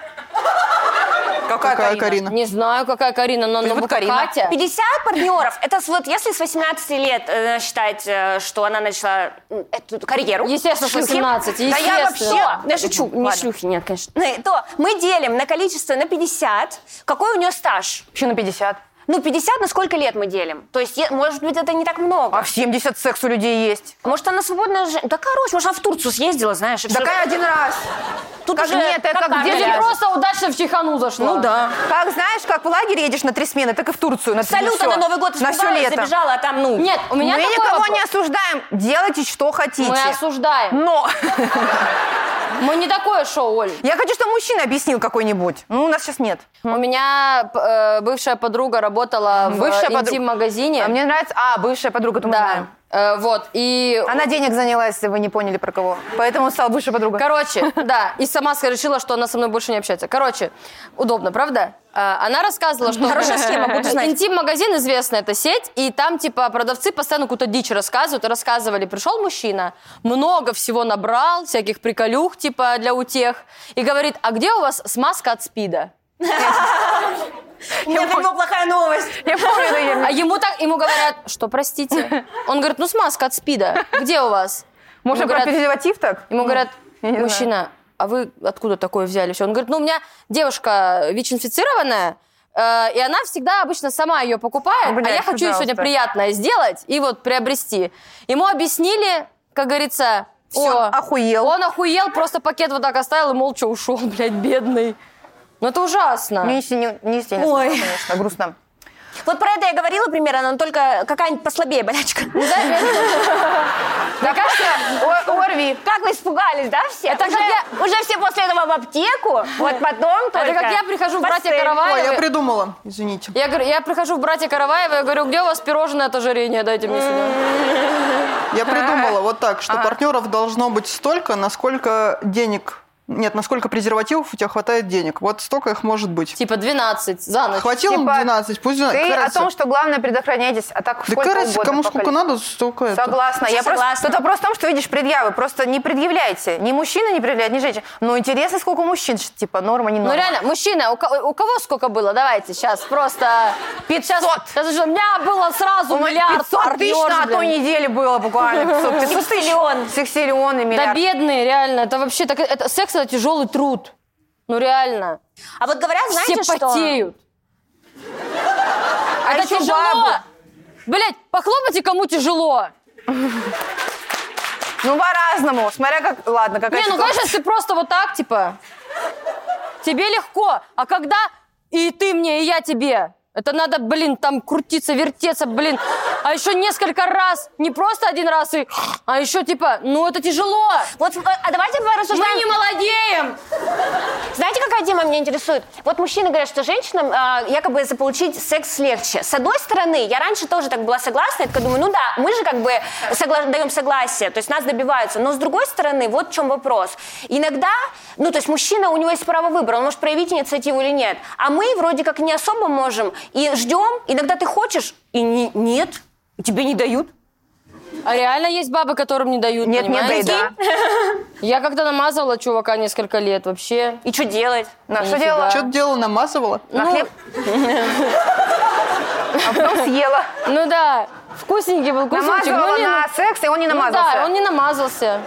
S3: Какая,
S5: Какая
S3: Карина?
S5: Карина?
S2: Не знаю, какая Карина, но она
S3: Почему-то
S2: будет
S3: Карина.
S2: Катя.
S4: 50 партнеров, это с- вот если с 18 лет э, считать, э, что она начала м, эту карьеру.
S2: Естественно,
S4: шлюхи.
S2: 18,
S4: Да я
S2: естественно.
S4: вообще, я шучу, не шлюхи, нет, конечно. Ну, То мы делим на количество на 50, какой у нее стаж?
S3: Вообще на 50.
S4: Ну, 50 на сколько лет мы делим? То есть, е- может быть, это не так много.
S3: А в 70 секс у людей есть.
S4: Может, она свободная жен- Да, короче, может, она в Турцию съездила, знаешь. и всё.
S3: Такая один раз.
S4: Тут
S3: как-
S4: уже
S3: нет, это как
S4: какая
S2: Где
S3: деле
S2: ты
S4: разница?
S2: просто удачно в чехану зашла.
S3: Ну да. Как знаешь, как в лагерь едешь на три смены, так и в Турцию. На три- Ну
S4: Салюта
S2: а
S3: всё.
S4: на Новый год
S3: На все
S4: испугалась,
S3: лето.
S4: забежала, а там, ну...
S2: Нет, у
S3: Мы
S2: меня такой
S3: никого не
S2: вопрос.
S3: осуждаем. Делайте, что хотите.
S2: Мы осуждаем.
S3: Но
S2: Мы не такое шоу, Оль.
S3: я хочу, чтобы мужчина объяснил какой-нибудь. Ну, у нас сейчас нет.
S2: У меня п- э, бывшая подруга работала в
S3: Бывшая подруга.
S2: интим-магазине.
S3: А мне нравится... А, бывшая подруга, это мы
S2: Да.
S3: знаем.
S2: Э, вот. И
S3: Она денег занялась, если вы не поняли про кого. Поэтому стала бывшая
S4: Типа.
S3: подруга.
S2: Короче, да, и сама ска- решила, что она со мной больше не общается. Короче, удобно, правда? А, Она рассказывала, что...
S4: Хорошая схема, буду знать.
S2: Интим-магазин, известная эта сеть, и там, типа, продавцы постоянно какую-то дичь рассказывают. И Рассказывали, пришел мужчина, много всего набрал, всяких приколюх, типа, для утех, и говорит, а где у вас смазка от спида?
S4: У меня прямо плохая новость.
S3: Я помню, это я-
S2: А ему так, ему говорят, что, простите? Он говорит, ну, смазка от спида, где у вас?
S3: Может,
S2: Ему
S3: про
S2: говорят,
S3: презерватив так? Ну,
S2: Ему говорят,
S3: я не знаю.
S2: мужчина, а вы откуда такое взяли? Все. Он говорит, ну, у меня девушка ВИЧ-инфицированная, э, и она всегда обычно сама ее покупает,
S3: Блядь,
S2: а я хочу ей сегодня
S3: пожалуйста.
S2: приятное сделать и вот приобрести. Ему объяснили, как говорится, все.
S3: Он охуел.
S2: Он охуел, просто пакет вот так оставил и молча ушел, блядь, бедный. Ну, это ужасно.
S3: Мне если не, не, если не
S4: Ой.
S3: смешно, конечно, грустно.
S4: Вот про это я говорила примерно, но только какая-нибудь послабее болячка.
S2: Ну,
S3: Мне кажется, О- Орви,
S4: Как вы испугались, да, все?
S2: Это
S4: уже,
S2: как
S4: уже все после этого в аптеку, вот потом только...
S2: Это как я прихожу в «Братья
S4: пастель».
S5: Ой, я
S2: Караваевы.
S5: придумала, извините.
S2: Я, говорю, я прихожу в «Братья Караваева» и говорю, где у вас пирожное от ожирения, дайте мне сюда.
S5: Я придумала вот так, что партнеров должно быть столько, насколько денег... Нет, насколько презервативов у тебя хватает денег. Вот столько их может быть.
S2: Типа 12 за ночь.
S5: Хватило
S3: типа,
S5: 12, пусть 12.
S3: ты
S5: какая
S3: о
S5: разница?
S3: том, что главное предохраняйтесь, а так
S5: Да
S3: сколько
S5: какая разница,
S3: угодно
S5: кому
S3: по
S5: сколько
S3: количеству.
S5: надо, столько это.
S3: Согласна. Я просто...
S4: Согласна.
S3: Тут вопрос в том, что видишь предъявы. Просто не предъявляйте. Ни мужчина не предъявляет, ни женщина. Но интересно, сколько мужчин. что, Типа, норма, не норма.
S2: Ну реально, мужчина, у, ко- у кого сколько было? Давайте сейчас просто... 500. Сейчас, сейчас же у меня было сразу
S3: У меня
S2: миллиард
S3: 500 Ну, тысяч а
S2: партнёр,
S3: на той
S2: блин.
S3: неделе было буквально. 500 тысяч.
S4: Сексиллион.
S3: Сексиллион и
S2: Да
S3: миллиард.
S2: бедные, реально. Это вообще так... Это, секс это тяжелый труд. Ну реально.
S4: А вот говорят, знаете
S2: Все
S4: что? А
S2: потеют.
S3: А
S2: это
S3: ещё
S2: тяжело.
S3: бабы.
S2: Блять, похлопайте, кому тяжело.
S3: Ну, по-разному. Смотря как... Ладно, какая
S2: Не, ну
S3: ситуация.
S2: конечно, если просто вот так, типа, тебе легко, а когда и ты мне, и я тебе, это надо, блин, там крутиться, вертеться, блин, а еще несколько раз, не просто один раз, и, а еще типа, ну это тяжело,
S4: Вот, э, а давайте
S2: мы
S4: порассуждаем.
S2: не молодеем.
S4: Знаете, какая тема меня интересует? Вот мужчины говорят, что женщинам э, якобы заполучить секс легче. С одной стороны, я раньше тоже так была согласна, я такая думаю, ну да, мы же как бы согла- даем согласие, то есть нас добиваются. Но с другой стороны, вот в чем вопрос. Иногда, ну то есть мужчина, у него есть право выбора, он может проявить инициативу или нет. А мы вроде как не особо можем и ждем, иногда ты хочешь, и не- нет, и тебе не дают.
S2: А реально есть бабы, которым не дают,
S3: Нет, не
S2: понимаете?
S3: дай, да.
S2: Я когда намазывала чувака несколько лет вообще,
S4: И что делать?
S3: На что
S2: Нифига.
S3: делала?
S2: Чё?
S5: Что-то дело намазывала.
S4: Ну,
S3: На хлеб? А потом съела.
S2: ну да, вкусненький был кусочек,
S3: Намазывала
S2: ну не-
S3: на секс, и он не
S2: ну
S3: намазался.
S2: да, он не намазался.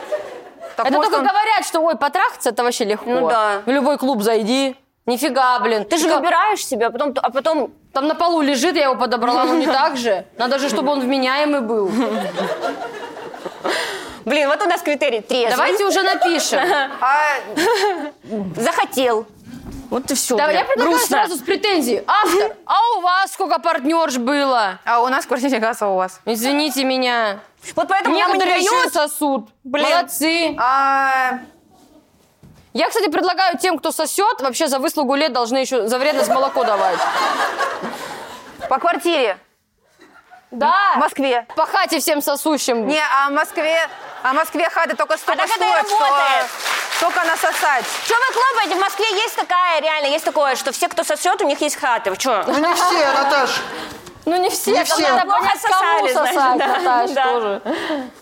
S3: Так,
S2: это
S3: может,
S2: А только
S3: он-
S2: говорят, что ой, потрахаться это вообще легко.
S4: Ну да.
S2: В любой клуб зайди. Нифига, блин.
S4: Ты же
S2: Как-
S4: выбираешь себя, а потом, а потом
S2: Там на полу лежит, я его подобрала, но не так же. Надо же, чтобы он вменяемый был.
S4: Блин, вот у нас критерий трезвый.
S2: Давайте уже напишем.
S3: А
S4: Захотел. Вот и все.
S2: Да, я предлагаю сразу с претензией. Автор, а у вас сколько партнерш было?
S3: а у нас в квартире газ, а у вас?
S2: Извините меня.
S4: Вот поэтому нам и не
S2: Некоторые еще
S4: дают.
S2: сосут. Молодцы.
S3: А,
S2: Я, кстати, предлагаю тем, кто сосет, вообще за выслугу лет должны еще за вредность молоко давать.
S3: по квартире. В
S2: Да.
S3: Москве.
S2: По хате всем сосущим.
S3: Не, а в Москве, а в Москве хаты только столько
S4: так это и
S3: стоят, что
S4: работает.
S3: только насосать.
S4: Что вы хлопаете? В Москве есть такая, реально, есть такое, что все, кто сосет, у них есть хаты. Вы что?
S5: Ну не все, Наташ.
S2: Ну не все,
S5: Не
S2: там
S5: все.
S2: надо
S4: Плохо
S2: понять, кому
S4: сосали, значит,
S2: сосать,
S4: да.
S2: Наташ,
S4: Да.
S2: тоже.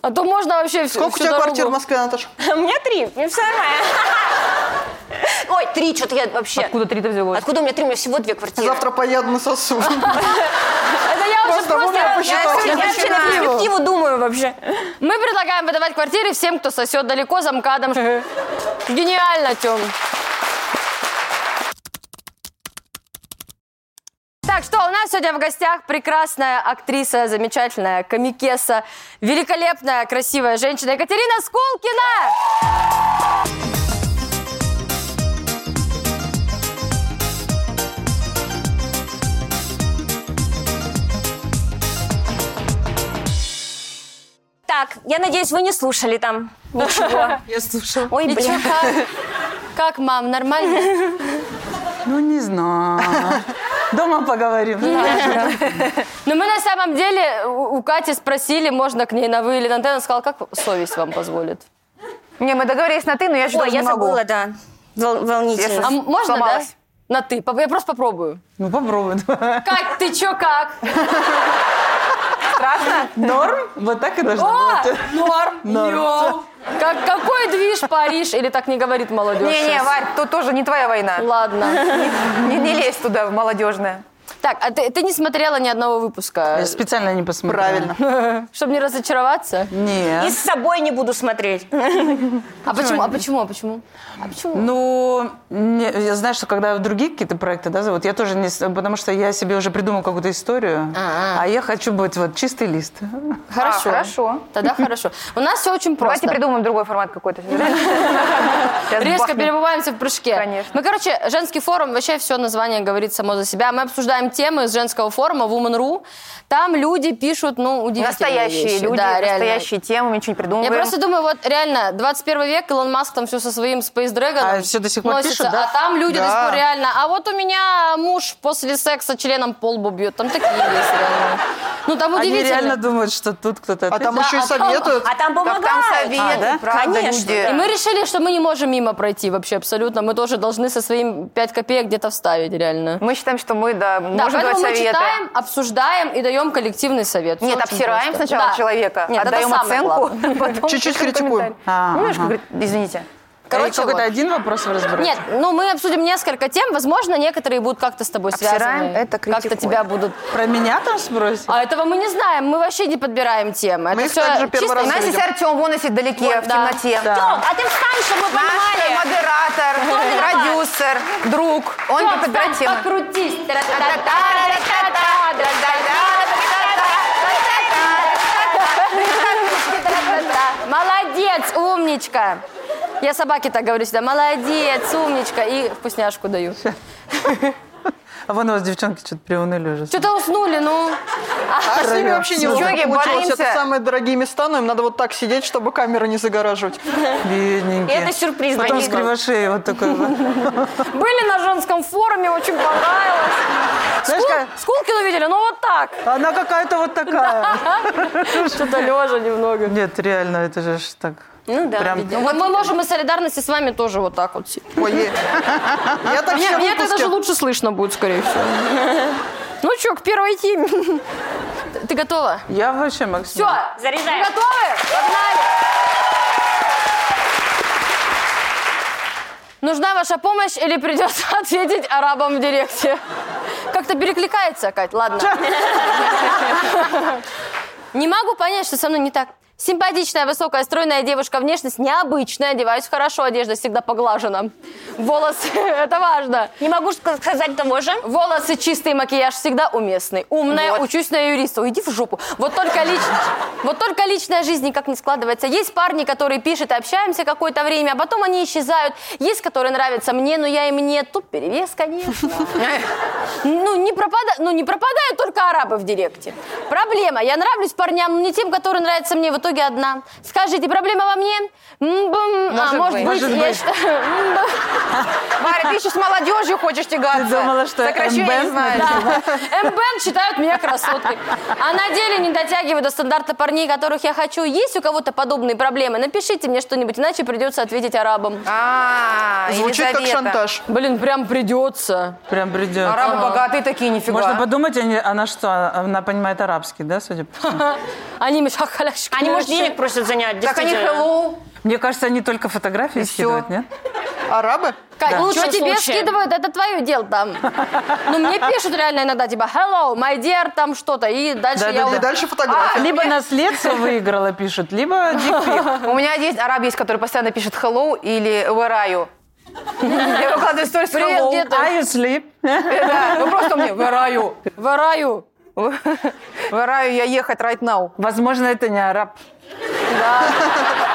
S2: А то можно вообще всю,
S5: Сколько у
S2: всю
S5: тебя
S2: дорогу.
S5: квартир в Москве, Наташ?
S4: У меня три, мне все нормально. Ой, три, что-то я вообще...
S3: Откуда три-то взялось?
S4: Откуда у меня три? У меня всего две квартиры.
S5: Завтра поеду на сосу.
S2: Это А, я уже
S5: Просто
S2: просто...
S5: вовремя посчитал.
S4: Я вообще на перспективу думаю вообще.
S2: Мы предлагаем выдавать квартиры всем, кто сосет далеко за МКАДом. Гениально, Тём. Так, что у нас сегодня в гостях прекрасная актриса, замечательная комикеса, великолепная, красивая женщина Екатерина Скулкина!
S4: Так, я надеюсь, вы не слушали там ничего.
S5: Я слушала.
S4: Ой,
S2: И чё,
S4: блин.
S2: как? Как, мам, нормально?
S6: Ну, не знаю. Дома поговорим.
S2: Но Ну, мы на самом деле у у Кати спросили, можно к ней на вы или на ты. Она сказала, как совесть вам позволит.
S3: Не, мы договорились на ты, но я что-то
S4: Ой,
S3: не
S4: я
S3: могу.
S4: забыла, да. Вол-
S2: А
S4: Волнительно.
S2: м- можно, да?
S3: Сломалась.
S2: На ты. Поп- Я просто попробую.
S6: Ну, попробуем.
S2: Кать, ты чё как?
S6: Норм? Вот так и должно быть.
S2: норм.
S6: Норм.
S2: Йоу. Как, какой движ Париж? Или так не говорит молодежь?
S3: Не-не,
S2: сейчас?
S3: Варь, тут тоже не твоя война.
S2: Ладно.
S3: Не, не лезь туда, в молодежное.
S2: Так, а ты, ты не смотрела ни одного выпуска,
S6: Я специально не посмотрела.
S5: Правильно.
S2: чтобы не разочароваться?
S4: И
S6: Нет.
S4: А с собой не буду смотреть.
S2: А почему? А почему? А почему? А почему?
S6: Ну, не- я знаю, что когда в другие какие-то проекты, да, зовут, я тоже не... с- Потому что я себе уже придумал какую-то историю,
S2: А-а.
S6: а я хочу быть вот чистый лист.
S2: хорошо.
S3: А, хорошо.
S2: Тогда хорошо. У нас все очень просто.
S3: Давайте придумаем другой формат какой-то. Сейчас
S2: Резко
S3: бахнем.
S2: перебываемся в прыжке.
S3: Конечно.
S2: Мы, короче, женский форум, вообще все название говорит само за себя. Мы обсуждаем темы из женского форума Woman.ru. Там люди пишут, ну, удивительные
S3: Настоящие
S2: вещи.
S3: люди,
S2: Да, реально.
S3: настоящие темы, мы ничего не
S2: Я
S3: придумываем.
S2: просто думаю, вот реально, 21 век, Илон Маск там все со своим Space Dragon
S6: А всё до сих пор
S2: носится,
S6: пишут, да?
S2: а там люди до сих
S5: Да.
S2: пор реально, а вот у меня муж после секса членом полбу бьет, там такие есть реально. Ну там
S6: Они реально
S2: удивительно.
S6: думают, что тут кто-то...
S7: Ну,
S5: А там
S6: ответил.
S5: еще и
S2: а там-
S5: советуют.
S4: А там
S3: Так там советы,
S4: помогают. А,
S6: да?
S3: правда,
S4: Конечно.
S3: люди.
S2: И мы решили, что мы не можем мимо пройти вообще абсолютно. Мы тоже должны со своим 5 копеек где-то вставить, реально.
S3: Мы считаем, что мы, да,
S2: Да,
S3: можем давать
S2: поэтому мы
S3: советы.
S2: читаем, обсуждаем и даем коллективный совет. Всё
S3: Нет,
S2: очень
S3: обсираем
S2: просто.
S3: сначала
S2: Да.
S3: человека,
S2: Нет, это
S3: отдаем
S2: самое
S3: оценку,
S2: главное.
S3: потом
S5: Чуть-чуть
S3: пишем
S5: критикуем.
S3: комментарий.
S6: А,
S3: Немножко,
S6: ага.
S3: говорит, извините.
S6: Короче,
S2: Короче,
S6: какой-то
S2: вот.
S6: один вопрос вы разбираете?
S2: Нет, ну мы обсудим несколько тем, возможно, некоторые будут как-то с тобой
S3: Обсираем,
S2: связаны.
S3: это
S2: Как-то
S3: критикуем.
S2: тебя будут...
S6: Про меня там спросят?
S2: А этого мы не знаем, мы вообще не подбираем темы. Это
S5: их
S2: всё
S5: также первый
S2: чисто-
S5: раз
S3: У нас есть Артем, вон сидит далеке,
S2: Вот,
S3: в
S2: да.
S3: темноте.
S4: Тём, а ты встань, чтобы мы
S3: Наш
S4: понимали.
S3: модератор,
S4: виноват?
S3: продюсер, друг. Он
S2: Всё,
S3: тут подбирает
S2: встань,
S3: темы.
S2: Покрутись. Молодец, умничка. Я собаке так говорю всегда. Молодец, умничка. И вкусняшку даю.
S7: А вон у вас девчонки что-то приуныли уже.
S2: Что-то уснули, ну.
S5: А с ними вообще не
S3: Девчонки,
S5: получилось.
S3: боимся.
S5: Это самые дорогие места, но им надо вот так сидеть, чтобы камеру не загораживать.
S7: Бедненькие.
S4: Это сюрприз.
S7: Потом с
S4: Владимир.
S7: кривошеей вот такой. вот.
S2: Были на женском форуме, очень понравилось.
S7: Знаешь, как-
S2: Скулкину видели, ну вот так.
S7: она какая-то вот такая.
S2: Что-то лежа немного.
S7: Нет, реально, это же ж так.
S4: Ну да,
S7: Прям
S4: видимо.
S2: Ну, мы можем из солидарности с вами тоже вот так вот сидеть.
S5: Ой, е- я так
S2: Мне,
S5: все
S2: мне это даже
S5: выпуски.
S2: лучше слышно будет, скорее всего. Ну что, к первой теме. Ты готова?
S7: Я вообще
S2: Все,
S7: максимум.
S4: Заряжаем.
S2: Вы готовы? Погнали! Нужна ваша помощь или придется ответить арабам в директе? Как-то перекликается, Кать, ладно. Не могу понять, что со мной не так. Симпатичная, высокая, стройная девушка, внешность необычная, одеваюсь хорошо, одежда всегда поглажена. Волосы, это важно.
S4: Не могу ска- сказать того же.
S2: Волосы чистый, макияж всегда уместный. Умная,
S4: Вот.
S2: учусь на юриста. Уйди в жопу. Вот только, лич- вот только личная жизнь никак не складывается. Есть парни, которые пишут, общаемся какое-то время, а потом они исчезают. Есть, которые нравятся мне, но я им не. Тут перевес, конечно. Ну, не, пропада... ну, не пропадают только арабы в директе. Проблема. Я нравлюсь парням, но не тем, которые нравятся мне. В итоге одна. Скажите, проблема во мне? М-бам. а,
S3: Может быть.
S2: может быть.
S7: Может
S2: я
S7: быть.
S2: считаю, м-бам.
S3: Варя, ты еще с молодежью хочешь тягаться.
S7: Ты думала, что
S3: Сокращение
S7: MBN
S3: знаешь.
S2: МБН считают меня красоткой. А на деле не дотягиваю до стандарта парней, которых я хочу. Есть у кого-то подобные проблемы? Напишите мне что-нибудь, иначе придется ответить арабам.
S3: А,
S5: Звучит как
S3: Елизавета.
S5: шантаж.
S2: Блин, прям придется.
S7: Прям придет.
S3: Арабы богатые такие, нифига.
S7: Можно подумать, они- она что, она понимает арабский, да, судя по всему?
S2: Они мне шахалящик.
S4: Они, может, денег просят занять,
S3: так они
S4: действительно.
S3: hello.
S7: Мне кажется, они только фотографии скидывают, нет?
S5: Арабы?
S2: Кать, лучше
S4: В чём
S2: тебе
S4: случае?
S2: скидывают, это твое дело там. Ну, мне пишут реально иногда, типа, hello, my dear, там что-то, и дальше я...
S7: Да-да-да.
S5: И
S2: уже-
S5: дальше фотография.
S7: Либо наследство выиграла, пишут, либо дикпик.
S3: У меня есть араб есть, который постоянно пишет hello или where are you. Я выкладываю сторис
S2: Привет,
S3: hello.
S2: где ты?
S7: Are you sleep?
S3: Да, ну просто мне where are you?
S2: В раю.
S3: Where are you, я ехать right now.
S7: Возможно, это не араб.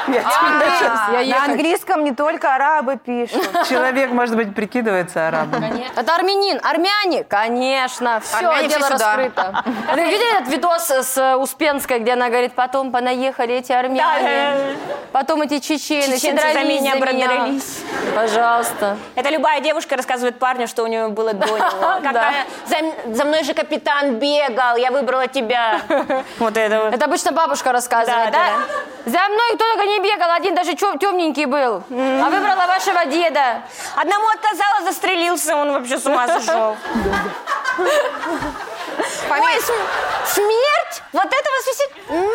S7: Я тебе
S3: А,
S7: честно.
S2: я ехать.
S3: На английском не только арабы пишут.
S7: Человек, может быть, прикидывается арабом.
S2: Это армянин. Армяне, конечно. Все,
S3: Армяне
S2: дело
S3: все сюда.
S2: раскрыто. Вы видели этот видос с э, Успенской, где она говорит, потом понаехали эти армяне, потом эти чечены,
S4: Чеченцы
S2: все
S4: за меня
S2: дрались
S4: бронились».
S2: Пожалуйста.
S4: Это любая девушка рассказывает парню, что у нее было до него. Как
S2: Да.
S4: она, за, м- за мной же капитан бегал, я выбрала тебя. Вот это вот.
S2: Это обычно бабушка рассказывает, да?
S4: Да, да,
S2: За мной кто только не бегал, один даже темненький был. А выбрала вашего деда.
S4: Одному отказала, застрелился, он вообще с ума сошел. Ой, см- смерть? Вот это вас висит? М,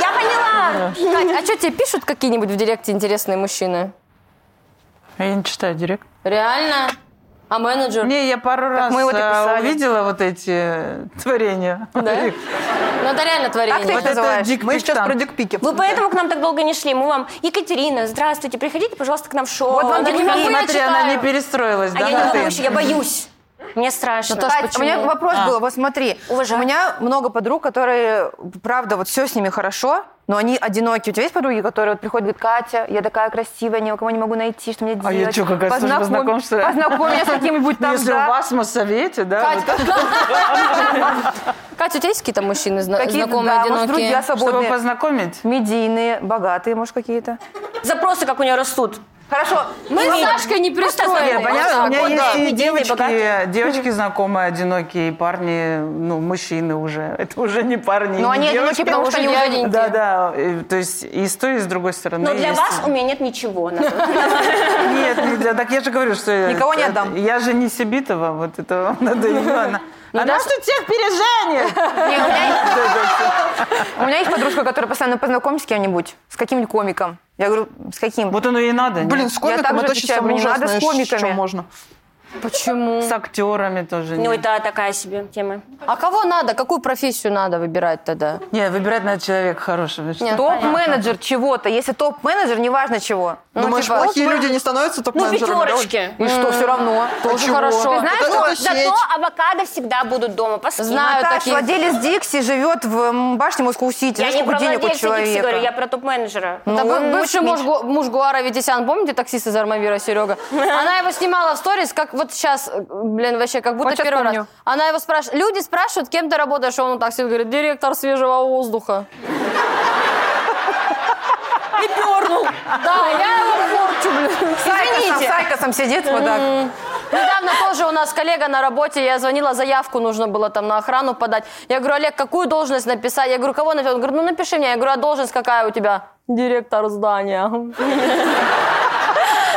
S4: Я поняла.
S2: Кать, а что тебе пишут какие-нибудь в директе интересные мужчины?
S7: А Я не читаю директ.
S2: Реально? А менеджер?
S7: Не, я пару раз
S3: мы вот и
S7: а,
S3: писали.
S7: увидела вот эти э, творения.
S2: Да? Ну это реально творение.
S3: Как ты их
S7: Вот это
S3: называешь?
S7: дик-
S5: Мы сейчас
S7: Там.
S5: про дикпики.
S4: Вы Ну, поэтому к нам так долго не шли. Мы вам, Екатерина, здравствуйте, приходите, пожалуйста, к нам в шоу.
S3: Вот вам
S4: Да не
S3: такие
S4: могу я
S2: милые.
S7: Смотри,
S4: читать.
S7: она
S2: читаю.
S7: не перестроилась,
S4: А
S7: да?
S4: я не
S7: на
S4: могу
S7: «ты»?
S4: еще, я боюсь. Мне страшно.
S2: Ну, то, что
S3: Кать, у меня
S2: почему?
S3: вопрос был. Вот смотри,
S4: Уважаю.
S3: у меня много подруг, которые, правда, вот все с ними хорошо, но они одиноки. У тебя есть подруги, которые вот приходят и говорят, Катя, я такая красивая, ни у кого не могу найти, что мне делать?
S7: А я чё, какая служба
S3: Познакомь-
S7: знакомств, что ли?»
S3: Познакомь меня с каким-нибудь там,
S7: Если
S3: да.
S7: у вас в Моссовете, да, вот
S2: Кать, Кать, у тебя есть какие-то мужчины зна-
S3: Какие-то,
S2: знакомые,
S3: да, может,
S2: одинокие?
S3: друзья
S7: чтобы
S3: свободные.
S7: познакомить.
S3: Медийные, богатые, может, какие-то.
S4: Запросы как у нее растут.
S3: Хорошо.
S2: Мы с
S4: Ой,
S2: Сашкой не
S7: Не,
S2: пристроены.
S7: понятно, у меня
S5: вот, да.
S7: есть и
S4: Медийные,
S7: девочки,
S4: богатые.
S7: девочки знакомые, одинокие, и парни, ну, мужчины уже. Это уже не парни,
S3: Но
S7: и не
S3: они одиноки,
S7: девочки. а
S3: потому что они
S2: уже
S3: уже...
S2: я- одинокие.
S7: Да, да, и- то есть и с той, и с другой стороны.
S4: Но для
S7: есть.
S4: вас у меня нет ничего. на-
S7: Нет, не для- так я же говорю, что...
S3: Никого не
S7: это-
S3: отдам.
S7: Я же не Сибитова, вот это надоело. Она- Она что всех переженит?
S3: Не, у, меня есть... у меня есть подружка, которая постоянно познакомься с кем-нибудь, с каким-нибудь комиком. Я говорю, с каким?
S7: Вот оно и надо. нет?
S5: Блин, с комиком
S3: также
S5: это
S3: отвечаю,
S5: сейчас самое
S3: мне надо с
S5: ужасное,
S3: комиками.
S5: что можно.
S2: Почему?
S7: С актерами тоже.
S4: Ну,
S7: нет.
S4: это такая себе тема.
S2: А кого надо? Какую профессию надо выбирать тогда?
S7: Не, выбирать надо человека хорошего. что-
S2: Нет.
S3: Топ-менеджер чего-то. Если топ-менеджер, неважно чего. Ну,
S5: Думаешь,
S2: типа,
S5: плохие люди не становятся
S4: Ну,
S5: топ-менеджерами? да?
S4: пятерочки.
S3: И что, все равно.
S2: Тоже
S5: чего?
S2: хорошо.
S5: Ты
S3: знаешь,
S5: Это-
S3: вот
S5: это сеть.
S4: Зато авокадо всегда будут дома. Паски.
S2: Знаю
S3: Наташ,
S2: таких.
S3: владелец Дикси живет в м, башне Москва-Сити.
S4: Я
S3: Знаешь,
S4: не про
S3: сколько денег у
S4: владельца Дикси
S3: человека?
S4: говорю, я про топ-менеджера.
S3: Ну,
S2: Да бы-
S3: он
S2: бывший
S3: очень
S2: муж,
S3: меньше.
S2: Гу- муж Гуара Витисян, помните таксист из Армавира, Серега? Она его снимала в сторис, как вот сейчас, блин, вообще, как будто
S8: Вот щас
S2: первый раз.
S8: помню.
S2: Она его спрашивает, люди спрашивают, кем ты работаешь, а он таксист говорит, директор свежего воздуха. И пернул. Да, я его порчу, блин.
S3: С Айкосом,
S2: Извините.
S3: С Айкосом сидит вот так.
S2: Недавно тоже у нас коллега на работе, я звонила, заявку нужно было там на охрану подать. Я говорю, Олег, какую должность написать? Я говорю, кого написать? Он говорит, ну напиши мне. Я говорю, а должность какая у тебя? Директор здания.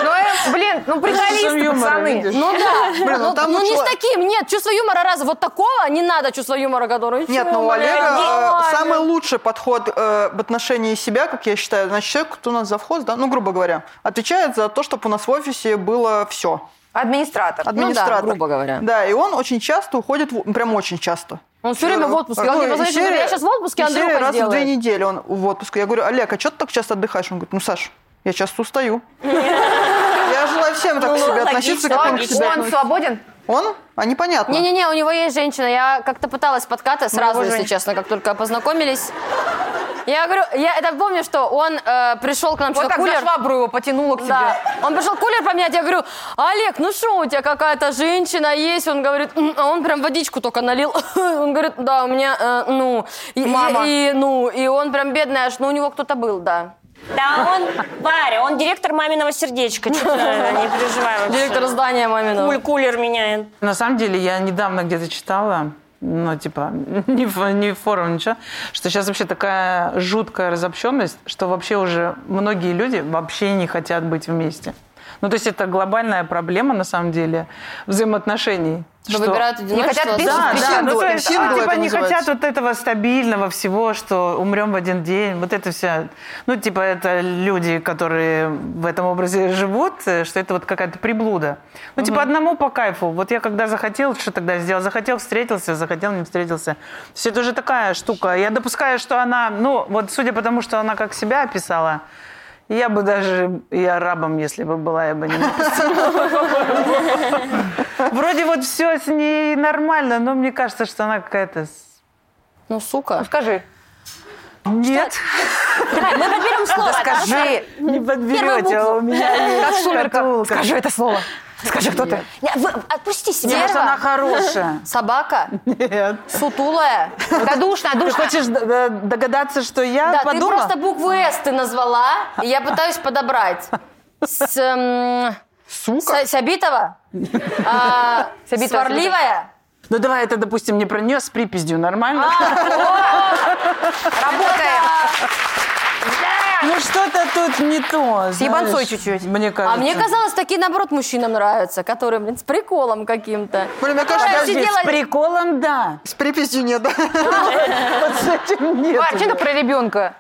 S3: Ну, э, блин, ну
S7: Чувством
S3: приколисты,
S7: юмора,
S3: пацаны.
S7: видишь?
S2: Ну да.
S5: Блин, ну
S2: ну
S5: там
S2: ну,
S5: вот
S2: не с
S5: чело-
S2: таким, нет, чувство юмора раз. Вот такого не надо чувство юмора, который...
S5: Нет,
S2: «Чё,
S5: ну у
S2: блин,
S5: Олега э,
S2: нормально».
S5: самый лучший подход э, в отношении себя, как я считаю, значит, человек, кто у нас завхоз, да, ну, грубо говоря, отвечает за то, чтобы у нас в офисе было все.
S3: Администратор.
S5: Администратор.
S2: Ну грубо говоря.
S5: Да, и он очень часто уходит, в- ну, прям очень часто.
S2: Он все время в отпуске. Я
S5: Ну,
S2: говорю,
S5: и
S2: «Посмотрите,
S5: серия-
S2: я сейчас в отпуске,
S5: и серия
S2: Андрюха
S5: раз в две
S2: сделает.
S5: недели он в отпуске. Я говорю, Олег, а что ты так часто отдыхаешь? Он говорит, ну, Саш, я часто устаю. Я желаю всем так к себе относиться, как он к себе
S3: Он
S5: относится.
S3: свободен?
S5: Он? А непонятно.
S2: Не-не-не, у него есть женщина. Я как-то пыталась подкаты сразу,
S3: его
S2: если
S3: жен-
S2: честно, как только познакомились. Я говорю, я это помню, что он э, пришел к нам
S3: Вот
S2: что-то
S3: так за
S2: кулер.
S3: швабру его потянула к
S2: Да.
S3: тебе.
S2: Он пришел кулер поменять, я говорю, Олег, ну что, у тебя какая-то женщина есть? Он говорит, «М», а он прям водичку только налил. Он говорит, да, у меня, э, ну, и, и-
S3: Мама.
S2: и, ну, и он прям бедный, аж, ну, у него кто-то был, да.
S4: Да, он Варя, он директор маминого сердечка. Чё ты, Не переживай вообще.
S2: Директор здания маминого.
S4: Куль- Кулер меняет.
S7: На самом деле, я недавно где-то читала, ну, типа, не, в- не в форум, ничего, что сейчас вообще такая жуткая разобщенность, что вообще уже многие люди вообще не хотят быть вместе. Ну, то есть это глобальная проблема, на самом деле, взаимоотношений.
S2: Да
S7: что-
S2: Выбирают одиночество.
S3: хотят пить,
S7: Да, да, ну,
S5: Сингл-
S7: то есть,
S5: сингл
S7: а, типа
S5: это
S7: не
S5: называется.
S7: хотят вот этого стабильного всего, что умрем в один день, вот это все. Ну, типа это люди, которые в этом образе живут, э, что это вот какая-то приблуда. Ну, типа одному по кайфу. Вот я когда захотел, что тогда сделал? Захотел, встретился, захотел, не встретился. То есть это уже такая штука. Я допускаю, что она, ну, вот судя по тому, что она как себя описала, я бы даже и арабом, если бы была, я бы не Вроде вот все с ней нормально, но мне кажется, что она какая-то... с-
S2: Ну, сука.
S3: Скажи.
S7: Нет,
S4: Давай, мы подберем слово.
S3: Скажи.
S7: не подберете, а у меня
S3: Как в
S7: есть
S3: «Сумерках».
S7: шкатулка.
S3: Скажи это слово. Скажи, кто ты.
S4: Не, вы Отпусти
S7: Не,
S4: себя.
S7: может, она хорошая.
S2: Собака.
S7: Нет.
S2: Сутулая.
S3: Да душно,
S7: Ты
S3: душно.
S7: хочешь д- д- догадаться, что я
S2: Да, ты
S7: подумала?
S2: просто букву «С» ты назвала, и я пытаюсь подобрать. С... эм,
S5: Сука.
S2: С- Сябитова? А,
S3: Сябитова,
S2: Сварливая?
S7: Ну давай это, допустим, не про нее с припиздью, нормально?
S3: Работаем.
S7: Ну что-то тут не то. С
S3: А. ебанцой чуть-чуть.
S7: Мне кажется.
S2: А мне казалось, такие, наоборот, мужчинам нравятся, которые, блин, с приколом каким-то.
S5: Блин, мне кажется,
S2: Которая
S5: даже
S7: Подожди,
S2: сидела-
S7: С приколом, да.
S5: С приписью нет, да?
S7: Вот с этим нет.
S3: Варь, зачем так А, про ребенка?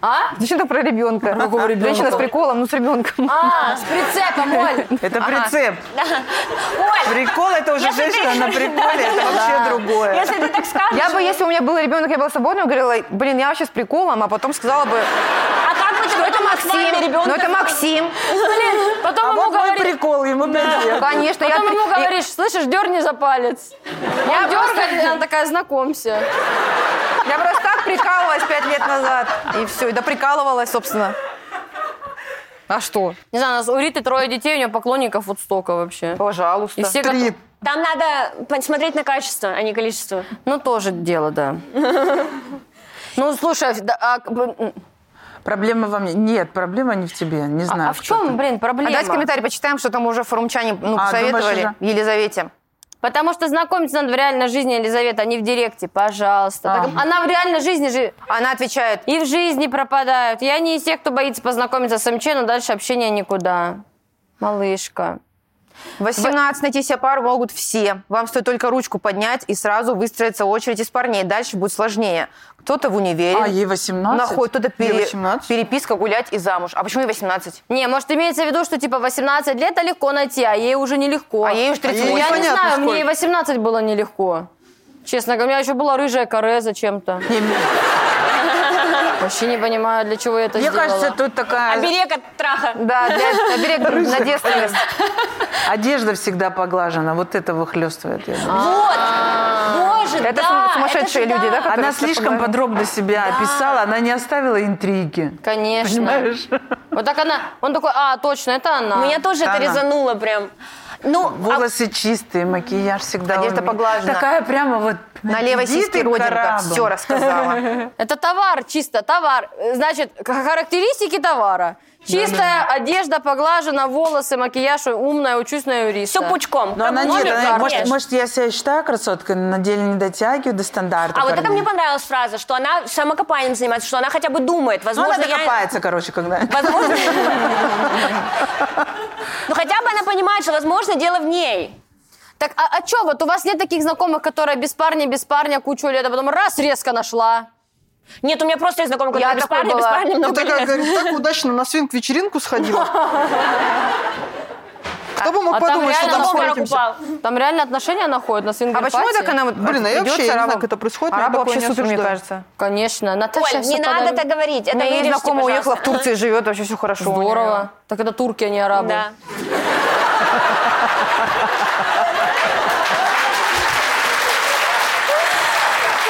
S2: А?
S3: Зачем так про ребенка? Женщина с приколом, ну с ребенком.
S2: А, с прицепом, Оль.
S7: Это прицеп.
S4: Оль,
S7: Прикол это уже
S4: Если ты-
S7: женщина на приколе, это вообще другое. А
S4: если ты так скажешь,
S3: Я бы, если у меня был ребенок, я была свободна, говорила, блин, я вообще с приколом, а потом сказала бы,
S4: а как бы ты
S3: это Максим, ну это Максим.
S2: Блин, потом
S7: А
S2: ему
S7: вот мой
S2: говоришь...
S7: прикол, ему пять лет.
S3: Конечно, я...
S2: А Потом
S3: при-
S2: ему
S3: и-
S2: говоришь, слышишь, дерни за палец. Я дергает, она такая, знакомься.
S3: Я просто так прикалывалась пять лет назад. И все, и доприкалывалась, собственно. А что?
S2: Не знаю, у нас у Риты трое детей, у нее поклонников вот столько вообще.
S3: Пожалуйста.
S2: И все как...
S5: Три.
S4: Там надо посмотреть на качество, а не количество.
S2: Ну, тоже дело, да. Ну, слушай, а- а, м,
S7: Проблема во мне. Нет, проблема не в тебе. Не знаю.
S2: а в чем, блин,
S3: А
S2: проблема?
S3: давайте комментарий почитаем, что там уже форумчане ну,
S7: А,
S3: посоветовали
S7: думаешь,
S3: Елизавете.
S2: Потому что знакомиться надо в реальной жизни, Елизавета, а не в директе, пожалуйста. Так,
S7: Ага.
S2: она в реальной жизни же
S3: Она отвечает,
S2: и в жизни пропадают. Я не из тех, кто боится познакомиться с МЧ, но дальше общение никуда. Малышка.
S3: 18 найти себе пару могут все. Вам стоит только ручку поднять, и сразу выстроится очередь из парней. Дальше будет сложнее. Кто-то в универе.
S7: А, ей 18?
S3: Находит кто-то
S5: Ей
S3: пере-
S5: 18?
S3: переписка, гулять и замуж. А почему ей 18?
S2: Не, может, имеется в виду, что типа 18 лет это легко найти, а ей уже нелегко.
S3: А ей уж
S5: ей
S2: Ну,
S3: 38.
S2: Я не
S5: понятно,
S2: знаю,
S5: сколько.
S2: мне и 18 было нелегко. Честно говоря, у меня еще была рыжая коре зачем-то. Вообще не понимаю, для чего я это
S7: Мне
S2: сделала.
S7: кажется, тут такая
S4: Оберег от траха.
S3: Да, для, на берег на детство.
S7: одежда всегда поглажена, вот это выхлестывает. я
S2: А.
S7: думаю.
S4: Вот. Боже,
S3: Это
S4: да,
S3: сум- сумасшедшие
S4: это же
S3: люди, да?
S2: А,
S3: которые
S7: Она
S3: все
S7: слишком
S3: поглажены?
S7: подробно себя описала, она не оставила интриги.
S2: Конечно.
S7: Понимаешь?
S2: Вот так она, он такой, а, точно, это она.
S4: Меня тоже это
S7: Тана.
S4: резануло прям. Ну, а
S7: Волосы чистые, макияж всегда
S3: Одежда
S7: умен.
S3: поглажена.
S7: Такая прямо вот...
S3: На левой
S7: иди
S3: сиске
S7: ты,
S3: родинка.
S7: корабль.
S3: Все рассказала. А
S2: Это товар, чисто товар. Э, Значит, к- характеристики товара. Чистая одежда, поглажена, волосы, макияж, умная, учусь на юриста.
S4: все пучком.
S7: Но она нет,
S4: Номер
S7: она-
S4: карты.
S7: может, может, я себя считаю красоткой, но на деле не дотягиваю до стандарта.
S4: А вот это
S7: парней.
S4: мне понравилась фраза, что она самокопанием занимается, что она хотя бы думает.
S7: Ну,
S4: Возможно,
S7: она
S4: я...
S7: докопается, короче, когда...
S4: Возможно... Ну, хотя бы она понимает, что, возможно, дело в ней.
S2: Так, а, а чё, вот у вас нет таких знакомых, которые без парня, без парня кучу лет, а потом раз, резко нашла?
S4: Нет, у меня просто есть знакомый,
S3: Я
S4: который без
S3: такой
S4: парня, без
S3: была.
S4: парня
S5: Ну,
S4: много
S5: такая,
S4: лет.
S5: говорит, так удачно на свинг-вечеринку сходила. Кто бы мог
S2: а там
S5: подумать, что
S2: реально
S5: там
S4: в обморок
S5: встретимся?
S4: упал.
S2: Там реально отношения находят на свингер
S3: А почему так она вот
S5: Блин, а я
S3: идет
S5: вообще
S3: с
S5: не знаю,
S3: арабом?
S5: как это происходит, но я
S3: Арабы
S5: такое
S3: вообще
S5: не
S3: супер, мне
S5: осуждаю.
S3: кажется.
S2: Конечно, Наташа
S4: Оль,
S2: всё
S4: не надо
S2: подарит.
S4: так говорить. Это
S3: У меня есть
S4: вырежьте,
S3: знакомая,
S4: пожалуйста.
S3: уехала в Турцию, живет, вообще все хорошо. у неё.
S2: Здорово. Так это турки, а не арабы.
S4: Да.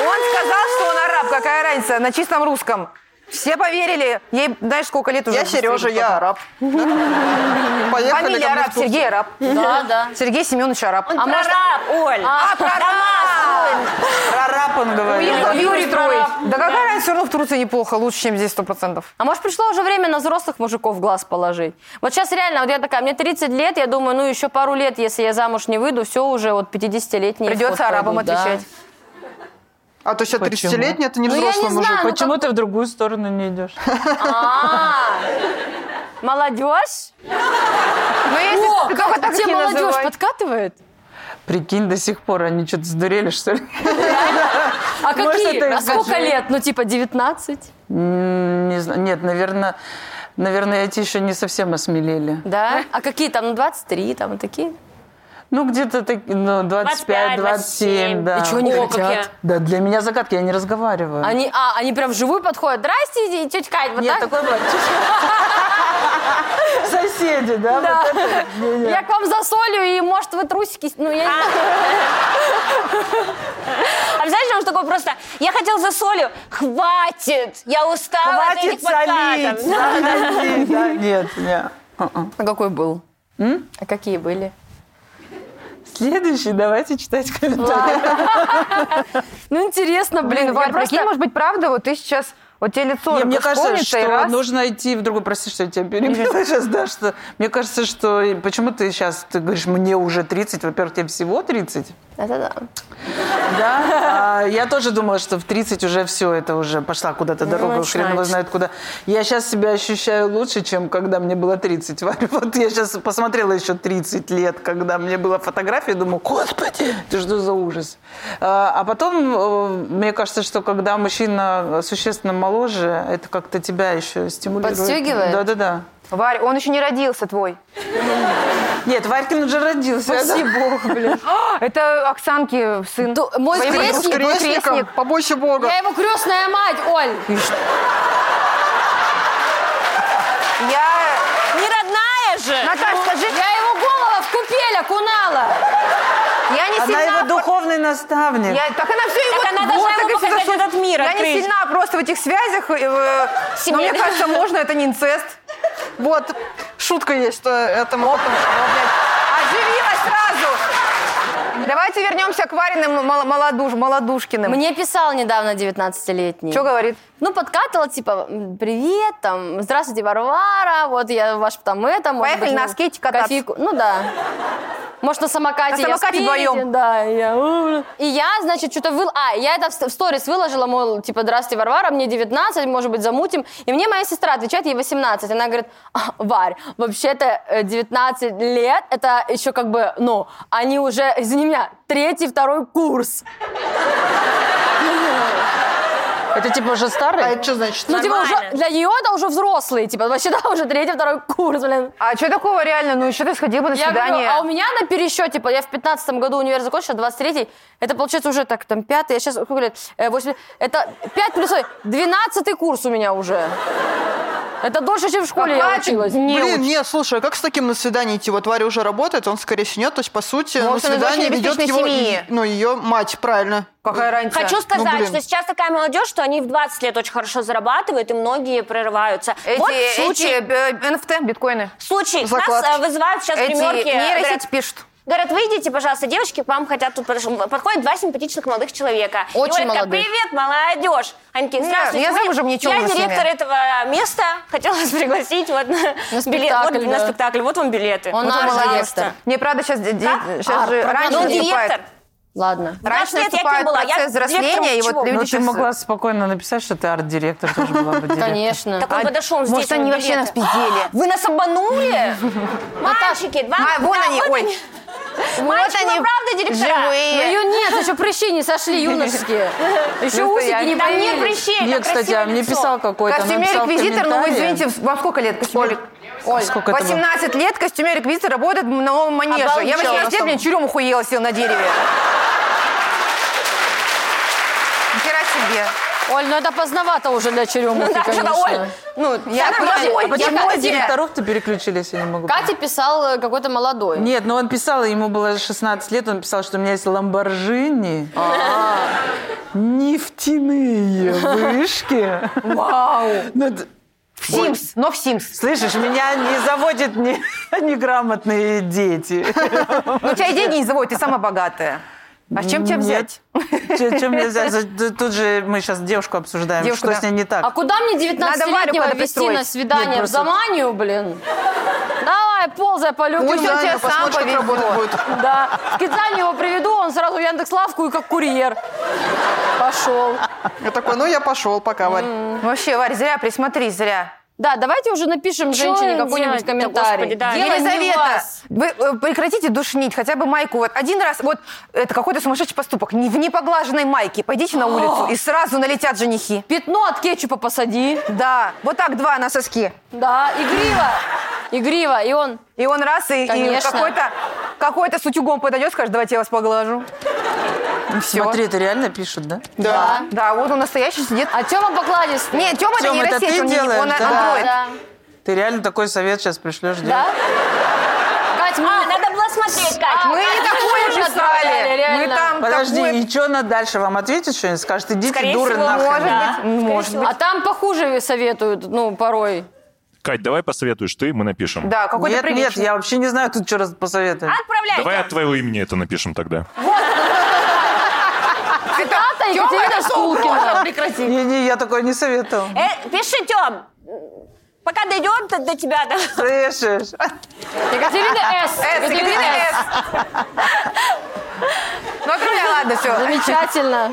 S3: Он сказал, что он араб, какая разница, на чистом русском. Все поверили. Ей, знаешь, сколько лет уже?
S5: Я Сережа, я араб. Да? Поехали
S3: Фамилия
S5: ко мне
S3: араб,
S5: в Турцию.
S3: Сергей араб.
S2: Да, да.
S3: Сергей Семенович араб.
S4: Он прораб, Оль.
S3: А, прораб!
S7: Прораб он говорил.
S3: Уехал Юрий
S2: Юрий Троев.
S3: Троев. Да какая разница, все равно в Турции неплохо, лучше, чем здесь 100%.
S2: А может, пришло уже время на взрослых мужиков глаз положить? Вот сейчас реально, вот я такая, мне 30 лет, я думаю, ну еще пару лет, если я замуж не выйду, все уже вот 50-летний.
S3: Придется арабам отвечать.
S5: А то сейчас
S7: Почему?
S5: 30-летний, это не
S2: Ну, я не
S5: взрослый мужик.
S2: знаю, ну,
S7: Почему ты в другую сторону не идешь?
S2: А! Молодежь?
S3: Но Ну, если
S2: О,
S3: ты только
S2: как
S3: так
S2: тебе
S3: не
S2: молодежь
S3: называй.
S2: подкатывает?
S7: Прикинь, до сих пор они что-то сдурели, что ли?
S2: А
S7: Может,
S2: какие?
S7: это их
S2: А сколько
S7: заживет.
S2: лет? Ну, типа 19?
S7: М, Не знаю. Нет, наверное, наверное, эти еще не совсем осмелели.
S2: Да? А какие там? Ну, 23, там вот такие?
S7: Ну, где-то так, ну, 25, 27, да.
S2: И чего они
S4: О, как
S2: хотят?
S7: Да, для меня загадки, я не разговариваю.
S2: Они, а, они прям вживую подходят. Здрасте, и тетя Кать, вот
S7: Нет,
S2: так?
S7: такой бывает. Соседи, да?
S2: Да.
S7: вот это? Не, не.
S2: Я к вам засолю, и, может, вы трусики... с- Ну, я не знаю.
S4: А представляешь, он такой просто, я хотел за солью, хватит, я устала от этих
S7: Хватит
S4: подкатов.
S7: солить! Подожди, да, Нет, нет.
S2: А какой был? А какие были?
S7: Следующий, давайте читать комментарии.
S2: Ну, интересно, блин.
S3: Блин,
S2: я
S3: Варь,
S2: просто-
S3: прикинь, может быть, правда, вот ты сейчас, вот тебе лет 40
S7: Не, мне кажется,
S3: исполнится, и
S7: что
S3: раз-
S7: нужно идти в другую. Прости, что я тебя перебила сейчас, да, что... Мне кажется, что... и Почему ты сейчас, ты говоришь, мне уже 30, во-первых, тебе всего 30,
S2: Это да.
S7: да? А я тоже думала, что в 30 уже все, это уже пошла куда-то дорога, хрен его
S2: начинается.
S7: знает куда. Я сейчас себя ощущаю лучше, чем когда мне было 30, Варя. Вот я сейчас посмотрела еще 30 лет, когда мне была фотография, думаю, господи, это что за ужас. А а потом, э, мне кажется, что когда мужчина существенно моложе, это как-то тебя еще стимулирует.
S2: Подстегивает?
S7: Да-да-да.
S3: Варь, он еще не родился твой.
S7: Нет, Варькин уже родился.
S3: Спасибо, блин. Это Оксанки сын.
S2: Ду- Мой
S3: Твои
S5: С
S2: крестник...
S3: крестник.
S5: крестником, побойся Бога.
S2: Я его крестная мать, Оль.
S3: Я...
S4: Не родная же!
S3: Наташ, скажи,
S2: Я его голову в купель окунала.
S3: я не
S7: Она
S3: сильна...
S7: его духовный наставник.
S3: Я- так она все
S4: Так она должна ему показать этот мир,
S3: Я
S4: открыть.
S3: не сильна просто в этих связях. э, э, но
S4: Семейных.
S3: мне кажется, можно, это не инцест.
S5: Вот, шутка есть э, этому.
S3: Оживилась сразу. Давайте вернемся к Вариным мол- молодуж, Молодушкиным.
S2: Мне писал недавно 19-летний.
S3: Что говорит?
S2: Ну, подкатывал, типа, «М, привет, там, здравствуйте, Варвара, вот я ваш там это, может
S3: Поехали
S2: быть,
S3: на
S2: ну,
S3: скейте кататься».
S2: кофейку». Ну, да. Может, на самокате
S3: На
S2: я
S3: самокате
S2: спереди,
S3: вдвоем.
S2: Да, и я... И я, значит, что-то выл... А, я это в ст- в сторис выложила, мол, типа, здравствуйте, Варвара, мне 19, может быть, замутим. И мне моя сестра отвечает, ей 18. Она говорит, «А, Варь, вообще-то э, 19 лет, это еще как бы, ну, они уже, извини меня, третий, второй курс.
S7: Это типа уже
S5: А
S7: старый?
S5: это что значит?
S2: Ну, типа,
S4: Нормально.
S2: уже для нее это уже взрослые, типа, вообще, да, уже третий, второй курс, блин.
S3: А что такого реально? Ну еще ты сходил бы на
S2: Я говорю,
S3: свидание.
S2: а у меня на пересчете, типа, я в 15 году универ закончила, 23-й, это получается уже так, там, пятый, я сейчас, сколько лет, Э, восемь лет. это 5 плюс, 12 курс у меня уже. Это дольше, чем в школе я
S3: Какая ты
S2: училась.
S5: Блин, не, слушай, а как с таким на свидание идти? Вот Варя уже работает, он скорее синет, то есть, по
S2: Ну,
S5: сути,
S3: Может,
S5: на
S3: она из
S5: свидание
S3: очень
S5: ведет
S3: обеспеченной
S5: его,
S3: семьи.
S5: ну, ее мать, правильно.
S3: Какая разница?
S4: Хочу
S5: Ну,
S4: сказать,
S5: блин.
S4: что сейчас такая молодежь, что они в 20 лет очень хорошо зарабатывают, и многие прерываются.
S3: Эти,
S4: вот случай,
S3: эти, э, NFT, биткоины.
S4: случай нас
S5: закладки.
S4: э, вызывают сейчас
S3: Эти
S4: примерки.
S3: нейросети
S4: Говорят,
S3: пишут.
S4: Говорят, выйдите, пожалуйста, девочки, к вам хотят тут подош- подходят два симпатичных молодых человека. И
S2: Очень
S4: говорят,
S2: молодых.
S4: привет, молодежь. Они такие,
S3: Не,
S4: здравствуйте.
S3: я
S4: мы-
S3: замужем, ничего
S4: Я
S3: уже с ними».
S4: директор этого места. Хотела вас пригласить вот на, билет, вот,
S2: спектакль,
S4: на
S2: да.
S4: спектакль. Вот вам билеты.
S2: Он
S4: Вот,
S2: наш
S4: пожалуйста.
S3: Не, правда, сейчас,
S4: Как?
S3: сейчас же
S4: А,
S3: раньше
S4: ну,
S3: наступает-
S4: директор.
S2: Ладно.
S3: Раньше
S4: 20 лет я кем
S3: наступает
S4: была? Я
S3: процесс
S4: директором
S3: взросления, и
S4: чего?
S3: вот
S6: Ну,
S3: люди
S6: ты
S3: сейчас...
S6: могла спокойно написать, что ты арт-директор тоже была бы директором.
S2: Конечно.
S4: Так он подошел, он здесь,
S3: А, Может, они
S4: вот
S3: вообще нас
S4: билеты.
S3: пиздели?
S4: Вы нас обманули? Мальчики, два...
S3: А, вон они, ой. Вот
S4: Мальчики, вы
S3: они,
S4: правда директора?
S2: Ну,
S3: живые.
S2: ее нет, еще прыщи не сошли юношеские. Еще усики
S3: Настоящие.
S2: не
S4: Там нет
S2: появились.
S4: прыщей,
S7: Нет,
S4: там
S7: кстати,
S4: красивое
S7: а мне
S4: лицо.
S7: писал какой-то.
S3: Костюмер
S7: написал в
S3: реквизитор, ну вы
S7: комментарии.
S3: извините, в- во сколько лет костюмер? Оль,
S7: Сколько это было?
S3: 18 лет костюмер реквизитор работает на новом манеже. Я
S5: Обалдела,
S3: 18 лет,
S5: сам-
S3: блин, чурем ухуела, сел на дереве. Ни хера себе.
S2: Оль, ну это поздновато уже для черемухи,
S4: Да, что-то,
S2: конечно.
S4: Оль,
S3: Ну, я
S2: нормально.
S3: Ой,
S2: А почему
S3: я-
S2: один?
S3: я-
S7: Вторых-то переключились, я не могу.
S2: Катя писал э, какой-то молодой.
S6: Нет, но он писал, ему было 16 лет, он писал, что у меня есть ламборжини, а, нефтяные вышки. Вау!
S3: В Sims, но в Sims.
S6: Слышишь, меня не заводят не- неграмотные дети.
S3: Ну, у тебя и деньги не заводят, ты самая богатая. А с чем тебя взять?
S6: Чем, чем мне взять? За- Тут же мы сейчас девушку обсуждаем,
S3: Девушку,
S6: что
S3: да.
S6: с ней не так.
S2: А куда мне
S3: Надо Варю
S2: 19-летнего
S3: куда-то
S2: вести
S3: пристроить.
S2: на свидание?
S6: Нет,
S2: в
S6: просто-
S2: Заманию, блин? Давай, ползай по люку.
S3: Пусть он
S5: Реально,
S3: тебя сам
S5: посмотришь, как работать
S3: повезет.
S5: будет.
S2: Да. В Кидзань его приведу, он сразу в Яндекс.Лавку и как курьер. Пошел.
S5: Я такой, ну, я пошел, пока, Варь.
S3: Вообще, Варь, зря присмотри, зря.
S2: Да, давайте уже напишем
S4: Чё
S2: женщине
S4: им
S2: какой-нибудь
S4: делать-то,
S2: комментарий.
S4: господи, да.
S2: Дело не в
S3: Елизавета,
S2: вас.
S3: вы э, прекратите душнить, хотя бы майку. Вот один раз, вот это какой-то сумасшедший поступок. Не в неpoглаженной майке. Пойдите на улицу, и сразу налетят женихи.
S2: Пятно от кетчупа посади.
S3: Да, вот так два на соски.
S2: Да, игриво. Игриво. И он,
S3: И он раз, и, и
S2: Конечно.
S3: какой-то какой-то с утюгом подойдет, скажет, давайте я вас поглажу. И все.
S7: Смотри, это реально пишут, да?
S5: Да.
S3: Да, вот он настоящий сидит.
S2: а Тёма покладистый.
S3: Нет, Тёма это
S7: Тём,
S3: не
S7: это
S3: нейросеть,
S7: ты
S3: он, не-
S7: делаешь,
S3: он
S7: да?
S3: андроид.
S2: Да.
S7: Ты реально такой совет сейчас пришлешь, да?
S2: Да? Кать, мы-
S4: А, надо было смотреть, Кать.
S3: Мы не такое
S2: Отправляли,
S3: писали. Мы
S2: реально.
S3: там
S6: Подожди,
S3: такое...
S6: и что она дальше вам ответит что-нибудь? Скажет, идите,
S4: Скорее
S6: дуры,
S4: всего,
S6: нахрен.
S3: Может
S4: Да.
S3: быть, может быть.
S2: А там похуже советуют, ну, порой.
S9: Кать, давай посоветуешь ты, мы напишем.
S3: Да, какой-то
S6: Нет, нет,
S3: приличный.
S6: я вообще не знаю, тут что раз посоветую.
S4: Отправляйте.
S9: Давай от твоего имени это напишем тогда.
S2: Тата А Екатерина Шкулкина.
S3: Прекрати.
S6: Не-не, я такое не советовал.
S4: Э, пиши, Тём. Пока дойдем до, до тебя, да.
S6: Слышишь?
S2: Екатерина С.
S3: С,
S2: Екатерина С.
S3: Ну, отправляй, ладно, все.
S2: Замечательно.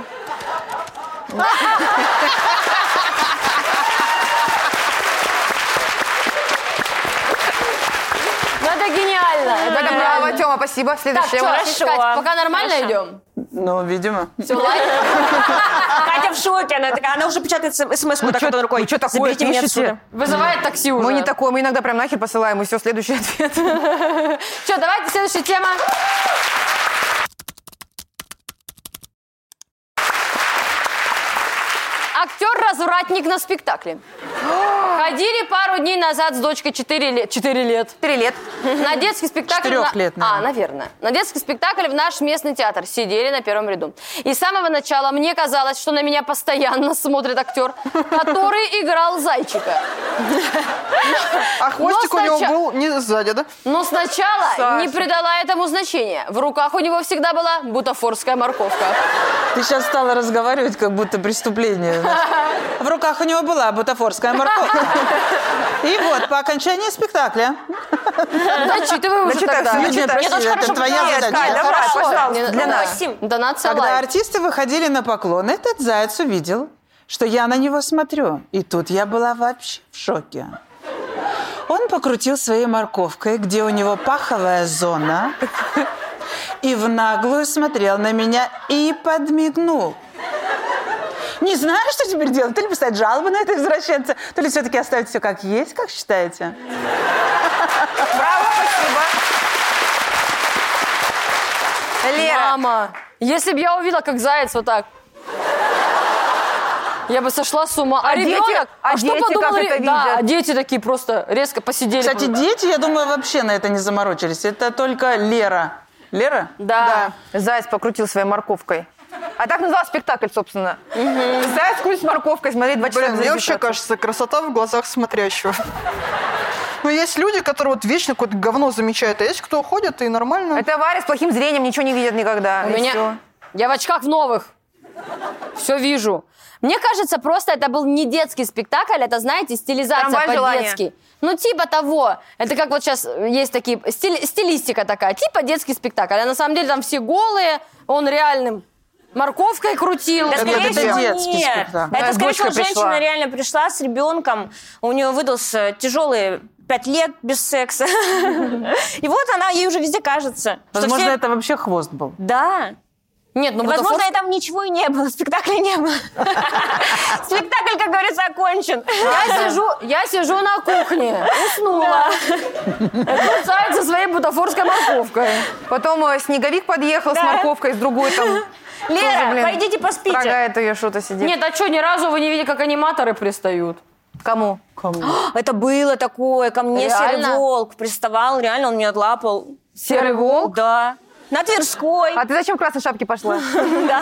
S2: Ну, это гениально. Это
S3: Это
S2: гениально.
S3: браво, Тёма, спасибо.
S2: Так, что,
S3: Следующая.
S4: Хорошо.
S2: Кать, пока нормально идем?
S6: Ну, видимо.
S2: Все, лайк.
S4: А Катя в шоке, она такая, она уже печатает
S7: Ну,
S4: смс-ку так вот рукой.
S3: что такое
S4: Заберите меня
S3: пишете?
S4: отсюда.
S2: Вызывает такси уже.
S3: Мы не такое, мы иногда прям нахер посылаем, и все, следующий ответ.
S2: Что, давайте следующая тема. Актер-развратник на спектакле. Ходили пару дней назад с дочкой 4 лет. 4 лет.
S3: Три лет.
S2: На детский спектакль...
S6: Четырёх
S2: на-
S6: лет,
S2: А,
S6: наверное.
S2: наверное. На детский спектакль в наш местный театр. Сидели на первом ряду. И с самого начала мне казалось, что на меня постоянно смотрит актер, который играл зайчика.
S5: А хвостик у него
S2: сначала-
S5: был не сзади, да?
S2: Но сначала
S3: Саша.
S2: не придала этому значения. В руках у него всегда была бутафорская морковка.
S6: Ты сейчас стала разговаривать, как будто преступление. В руках у него была бутафорская морковка. И вот, по окончании спектакля
S2: Зачитывай уже
S5: читай
S2: Ну, тогда.
S5: всё, не
S2: Нет,
S5: читай
S2: мне
S5: всё,
S2: тоже
S5: это
S2: хорошо
S5: твоя
S2: понравилось.
S5: задача.
S2: Нет,
S5: Давай,
S2: хорошо. ну,
S5: пожалуйста,
S2: Мне
S5: для нас.
S2: наносим. Донат
S7: Когда
S2: салай.
S7: артисты выходили на поклон, этот заяц увидел, что я на него смотрю. И тут я была вообще в шоке. Он покрутил своей морковкой, где у него паховая зона, и в наглую смотрел на меня и подмигнул. Не знаю, что теперь делать. То ли писать жалобу на это извращенца, то ли все-таки оставить все как есть, как считаете?
S3: Лера,
S2: Мама, если бы я увидела, как заяц вот так. Я бы сошла с ума. А,
S3: дети-
S2: ребенок?
S3: а
S2: что
S3: дети как
S2: подумал
S3: это
S2: ре- Да,
S3: видят?
S2: а дети такие просто резко посидели.
S7: Кстати,
S2: Просто.
S7: дети, я думаю, вообще на это не заморочились. Это только Лера. Лера?
S2: да.
S3: заяц покрутил своей морковкой. А так назывался спектакль, собственно. Заяц крутит с морковкой, смотри, два часа.
S5: Блин, мне вообще кажется, красота в глазах смотрящего. Но есть люди, которые вот вечно какое-то говно замечают, а есть кто уходит и нормально.
S3: Это Варя с плохим зрением, ничего не видит никогда.
S2: У
S3: и
S2: меня...
S3: всё.
S2: Я в очках в новых. Все вижу. Мне кажется, просто это был не детский спектакль, это, знаете, стилизация
S3: Трамвай желания.
S2: по-детски. Ну, типа того. Это как вот сейчас есть такие... стили- стилистика такая, типа детский спектакль. А на самом деле там все голые, он реальным морковкой крутил.
S4: Да,
S7: Это
S4: скорее
S7: это
S4: всего,
S7: детский
S4: нет.
S7: спектакль.
S4: Это,
S3: Да,
S4: скорее всего,
S3: дочка
S4: женщина
S3: пришла.
S4: реально пришла с ребенком. У нее выдался тяжелый пять лет без секса. И вот она, ей уже везде кажется. что
S7: Возможно,
S4: все-
S7: это вообще хвост был.
S4: Да.
S2: Нет, ну,
S4: И, возможно,
S2: бутафорская-
S4: там ничего и не было, спектакля не было. Спектакль, как говорится, окончен.
S2: Я сижу, я сижу на кухне, уснула. Тут заяц со своей бутафорской морковкой.
S3: Потом э, снеговик подъехал с
S4: Да.
S3: морковкой, с другой там. тоже,
S4: Лера,
S3: блин,
S4: пойдите поспите.
S3: Трогает ее что-то сидит.
S2: Нет, а что, ни разу вы не видели, как аниматоры пристают?
S3: Кому?
S4: Это было такое. Ко мне серый
S2: Реально?
S4: волк приставал. Реально он меня лапал.
S3: Серый волк?
S4: Да. На Тверской.
S3: А ты зачем в красной шапке пошла?
S4: Да.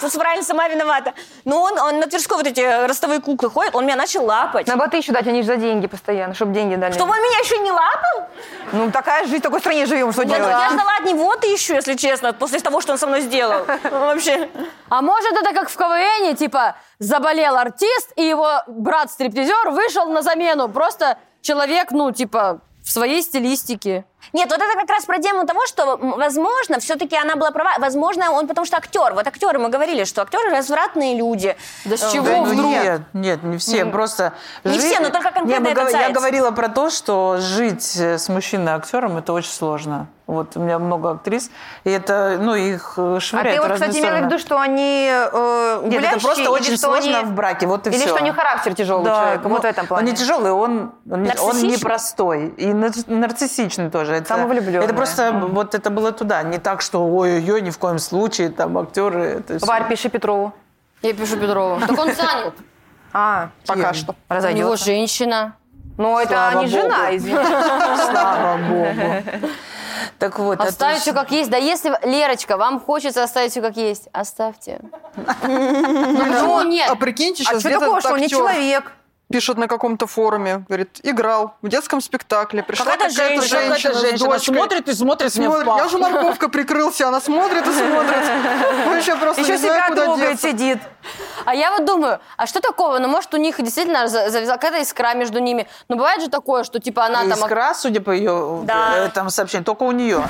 S4: Просто правильно, сама виновата. Но он, он на Тверской вот эти ростовые куклы ходит, он меня начал лапать.
S3: На боты еще дать, они же за деньги постоянно, чтобы деньги дали.
S4: Чтобы он меня еще не лапал?
S3: Ну, такая жизнь, в такой стране живем, что
S4: ну, Я, я
S3: делать? А
S4: ждала от него тысячу, если честно, после того, что он со мной сделал. Ну, Вообще.
S2: А может это как в КВН, типа, заболел артист, и его брат-стриптизер вышел на замену. Просто человек, ну, типа, в своей стилистике.
S4: Нет, вот это как раз про тему того, что, м, возможно, все-таки она была права. Возможно, он потому что актер. Вот актеры, мы говорили, что актеры развратные люди. Э,
S2: Да с
S7: Да,
S2: чего
S7: ну
S2: вдруг?
S7: Нет, нет, не все, просто...
S4: Не
S7: жи-
S4: все, но только конкретно
S7: Не, мы
S4: этот
S7: гов- Я
S4: заяц.
S7: говорила про то, что жить э, с мужчиной-актером это очень сложно. Вот у меня много актрис, и это, ну, их э,
S3: А
S7: швыряет
S3: ты
S7: в
S3: вот,
S7: разные
S3: кстати, имела в
S7: стороны.
S3: виду, что они э,
S7: Нет,
S3: гулящие,
S7: это просто
S3: или
S7: очень
S3: что они-
S7: сложно в браке, вот и
S3: Или
S7: все.
S3: что у них характер тяжелый у человека,
S7: ну,
S3: вот в этом плане.
S7: Он не тяжелый, он, он, не- он
S4: Нарциссичный?
S7: непростой. И нар- нарциссичный тоже. Это,
S3: Самовлюбленный.
S7: Это просто вот это было туда. Не так, что ой-ой-ой, ни в коем случае, там актеры. Это всё.
S3: Варь, пиши Петрову.
S2: Я пишу Петрову. Так он занят.
S3: А, пока что.
S2: У него
S3: Разойдется.
S2: женщина.
S3: Но это
S7: Слава
S3: не
S7: богу.
S3: жена, извини.
S7: Слава богу. Так вот, а это
S2: Оставить
S7: ж-
S2: все как есть. Да если, Лерочка, вам хочется оставить все как есть, оставьте. Ну почему нет?
S5: А прикиньте,
S3: А
S5: сейчас
S3: что
S5: где-то
S3: такого, что он не
S5: актер
S3: человек?
S5: пишет на каком-то форуме, говорит, играл в детском спектакле, пришла
S4: Какая-то
S5: какая-то женщина,
S4: женщина,
S7: Какая-то
S5: с
S7: женщина
S5: дочкой.
S7: смотрит и смотрит мне в
S5: Смотрит,
S7: пах.
S5: я же морковка прикрылся, она смотрит и смотрит. Вообще просто
S3: Еще
S5: не знаю,
S3: себя
S5: куда
S3: трогает,
S5: деться.
S3: сидит.
S2: А я вот думаю, а что такого? Ну, может, у них действительно за- завязалась какая-то искра между ними. Но бывает же такое, что, типа, она
S7: И
S2: там...
S7: Искра, судя по ее
S4: Да.
S7: там сообщению, только у нее.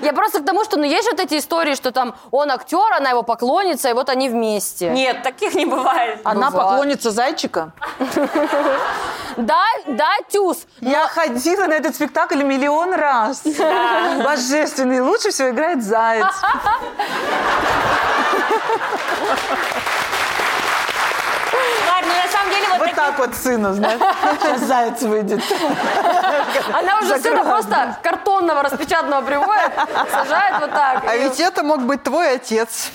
S2: Я просто к тому, что, ну, есть же вот эти истории, что там он актер, она его поклонница, и вот они вместе.
S4: Нет, таких не бывает.
S7: Она
S2: Бывает.
S7: поклонница зайчика.
S2: Да, да, тюз.
S7: Я ходила на этот спектакль миллион раз. Божественный, лучше всего играет заяц.
S4: Варь, ну на самом деле вот,
S7: Вот
S4: такие-
S7: так вот сыну, знаешь. Сейчас заяц выйдет.
S2: Она уже сына
S7: Закрываю.
S2: просто картонного распечатанного приводит, сажает вот так.
S5: А ведь это мог быть твой отец.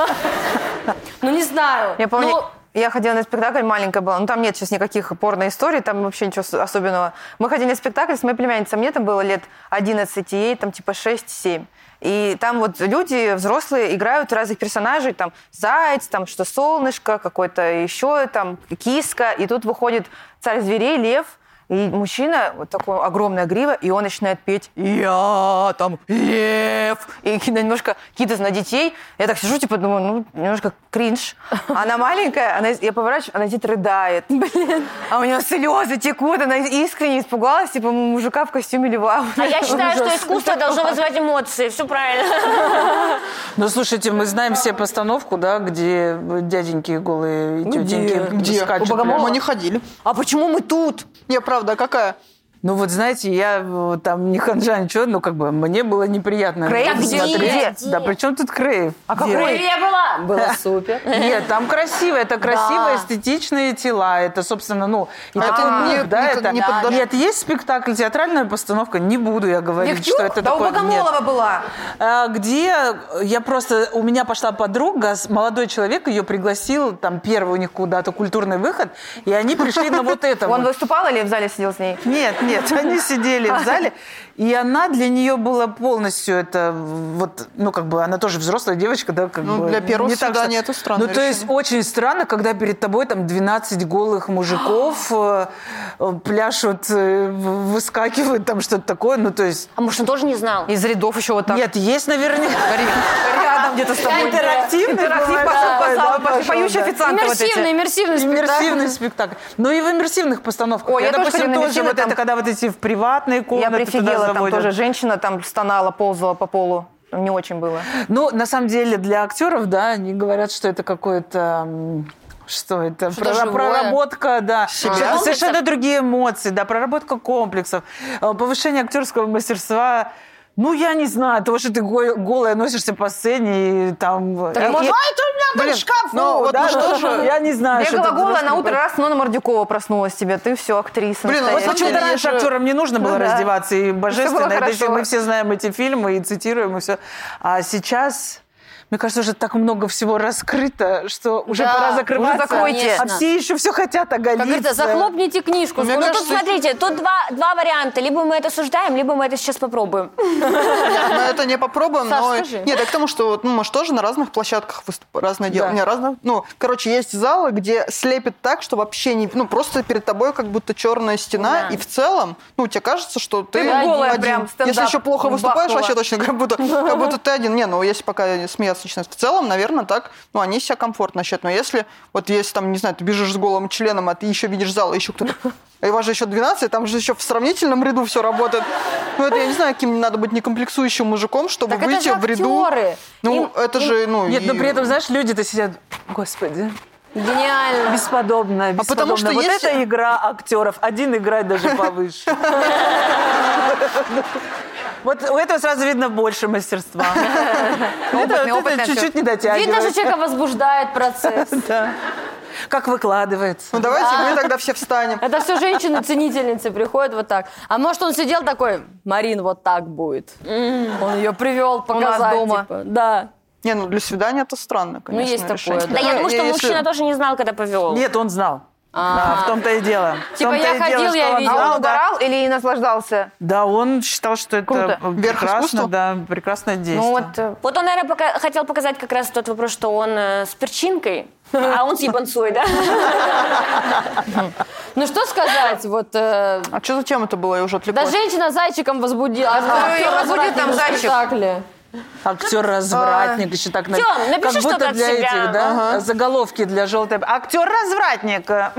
S2: Ну, не знаю.
S3: Я помню,
S2: Ну,
S3: я ходила на спектакль, маленькая была. Ну, там нет сейчас никаких порно-историй, там вообще ничего с- особенного. Мы ходили на спектакль с моей племянницей. а Мне там было лет 11, и ей там типа 6-7. И там вот люди, взрослые, играют разных персонажей. Там заяц, там что солнышко, какой-то еще там киска. И тут выходит царь зверей, лев. И мужчина, вот такой огромная грива, и он начинает петь «Я там лев!» И немножко кидаться на детей. Я так сижу, типа, думаю, ну, немножко кринж. Она маленькая, она, я поворачиваюсь, она сидит, рыдает. А у нее слезы текут, она искренне испугалась, типа, мужика в костюме льва.
S4: А я считаю, что искусство должно вызывать эмоции. Все правильно.
S7: Ну, слушайте, мы знаем все постановку, да, где дяденьки голые и тетеньки скачут.
S5: Мы не ходили.
S3: А почему мы тут?
S5: Не, правда, а какая?
S7: Ну, вот знаете, я э, там не ханжа, ничего, ну, как бы мне было неприятно.
S3: Крейв?
S7: это
S3: Где?
S7: смотреть.
S4: Где?
S7: Да, при чем тут Крейв? А
S4: Я была.
S2: Было супер.
S7: Нет, там красиво, это красиво, эстетичные тела, это, собственно, ну, и
S5: Это
S7: такой
S5: не-
S7: лук, да,
S5: не-
S7: это...
S5: не поддаж-
S7: Нет, есть спектакль, театральная постановка, не буду я говорить, что это
S3: да у
S7: такое. Нет.
S3: Богомолова была.
S7: А, где я просто, у меня пошла подруга, с- молодой человек ее пригласил, там первый у них куда-то культурный выход, и они пришли на вот это.
S3: Он
S7: вот.
S3: выступал или в зале сидел с ней?
S7: Нет, нет, они сидели в зале, и она для нее была полностью это вот, ну как бы она тоже взрослая девочка, да, как
S5: Ну,
S7: бы.
S5: для первого
S7: не так
S5: свидания
S7: что-
S5: это странное
S7: Ну то есть
S5: решение.
S7: очень странно, когда перед тобой там 12 голых мужиков э, э, пляшут, э, в- выскакивают там что-то такое, ну то есть.
S4: А может, он тоже не знал?
S3: Из рядов еще вот так.
S7: Нет, есть наверняка.
S3: Рядом где-то с тобой.
S7: Интерактивный
S3: Интерактив
S7: бывает,
S3: пошел
S7: да,
S3: по залу,
S7: да,
S3: пошли
S7: пошел,
S3: поющие
S7: да.
S3: официанты вот
S2: Иммерсивный,
S3: эти.
S2: иммерсивный спектакль.
S7: Иммерсивный спектакль. Ну и в иммерсивных постановках.
S3: Ой, я тоже
S7: допустим,
S3: ходила на
S7: тоже вот
S3: иммерсивные,
S7: это,
S3: там-
S7: когда вот эти в приватные
S3: Я
S7: комнаты туда
S3: прифигела, там
S7: заводят.
S3: тоже женщина там стонала, ползала по полу. Не очень было.
S7: Ну, на самом деле, для актеров, да, они говорят, что это какое-то... м, Что это?
S2: Что-то
S7: Прора-
S2: живое.
S7: Проработка, да. Это
S4: Комплексов?
S7: совершенно другие эмоции, да, проработка комплексов, э, повышение актерского мастерства. Ну, я не знаю, того, что ты го- голая носишься по сцене и там...
S3: Так,
S7: э,
S3: может,
S7: «Ой, это у меня там
S5: блин,
S7: в шкафу!»
S5: ну, вот,
S7: да,
S5: ну, что же-
S7: Я не знаю, что
S3: Бегала
S7: тут
S3: голая, на
S7: должно
S3: утро
S7: быть.
S3: раз Нона Мордюкова проснулась тебе. Ты все, актриса.
S5: Блин, ну
S7: Вот
S5: На
S3: настоящая.
S5: самом
S7: почему-то
S5: деле,
S7: раньше
S5: я же-
S7: актерам не нужно было
S3: да.
S7: раздеваться и божественно. Это
S3: хорошо.
S7: еще мы все знаем эти фильмы и цитируем, и все. А сейчас... Мне кажется, уже так много всего раскрыто, что уже
S2: Да,
S7: пора
S2: уже
S7: закрываться.
S3: закройте.
S7: А все еще все хотят оголиться.
S2: Как говорится, захлопните книжку.
S5: Мне
S4: Ну,
S5: кажется,
S4: тут смотрите, тут два, два варианта. Либо мы это осуждаем, либо мы это сейчас попробуем.
S5: Нет, мы это не попробуем,
S2: Саш,
S5: но...
S2: скажи.
S5: Нет, я к тому, что вот, ну, мы же тоже на разных площадках выступаем, разное дело.
S7: Да.
S5: Не, разное- Ну, короче, есть залы, где слепят так, что вообще не... Ну, просто перед тобой как будто черная стена,
S2: Да.
S5: и в целом, ну, тебе кажется, что ты,
S3: Ты голая
S5: один.
S3: прям, стендап
S5: Если еще плохо выступаешь,
S3: бахнула.
S5: вообще точно как будто, как будто ты один. Не, ну, если пока смеяться начинают. В целом, наверное, так, ну, они себя комфортно ощущают. Но если, вот если там, не знаю, ты бежишь с голым членом, а ты еще видишь зал, и еще кто-то... А у вас же еще 12, там же еще в сравнительном ряду все работает. Ну, это, я не знаю, каким надо быть некомплексующим мужиком, чтобы
S3: Так это
S5: выйти
S3: же
S5: в ряду.
S3: актеры.
S5: Ну, это же, ну...
S7: Нет,
S5: и-
S7: но при этом, знаешь, люди-то сидят, господи,
S2: Гениально.
S7: бесподобно, бесподобно.
S5: потому что
S7: вот
S5: есть-
S7: это игра актеров. Один играет даже повыше. Вот у этого сразу видно больше мастерства. Это-
S3: Опытный,
S7: вот
S3: опытный
S7: Это
S3: актер.
S7: чуть-чуть не дотягивает.
S2: Видно, что человека возбуждает процесс.
S7: Да. Как выкладывается.
S5: Ну, давайте мы тогда все встанем.
S2: Это все женщины-ценительницы приходят вот так. А может, он сидел такой, Марин, вот так будет. Он ее привел показать.
S3: дома.
S2: типа. Да.
S5: Не, ну, для свидания это странно,
S2: Ну,
S5: конечно.
S2: есть такое,
S5: решение.
S2: да.
S4: Да я
S5: Ну,
S4: думаю, что
S5: если-
S4: мужчина тоже не знал, когда повел.
S7: Нет, он знал.
S2: А.
S7: Да, в том-то и дело. В
S2: Типа,
S7: том-то
S2: я
S7: и дело,
S2: ходил,
S7: что
S2: я
S7: он
S2: видел.
S7: знал,
S3: А
S7: да.
S3: он угорал или наслаждался?
S7: Да, он считал, что это
S3: Круто.
S7: э,
S5: Верх
S7: прекрасно,
S5: искусства.
S7: да, прекрасное действие.
S3: Ну вот, э,
S4: Вот он, наверное, пока- хотел показать как раз тот вопрос, что он э, с перчинкой, а он с ебанцой, да?
S2: Ну что сказать, вот... э,
S5: А что за тема это была? Я уже
S2: да
S5: отвлеклась.
S2: женщина зайчиком возбудила. А
S3: Ну,
S2: актер
S3: и возбудит там
S2: развратник в
S3: зайчик.
S2: спектакле.
S7: Актер-развратник, еще так на-
S4: Тём, напиши
S7: как будто
S4: что-то от
S7: для
S4: себя.
S7: этих, да, заголовки для желтой. Актер-развратник. э,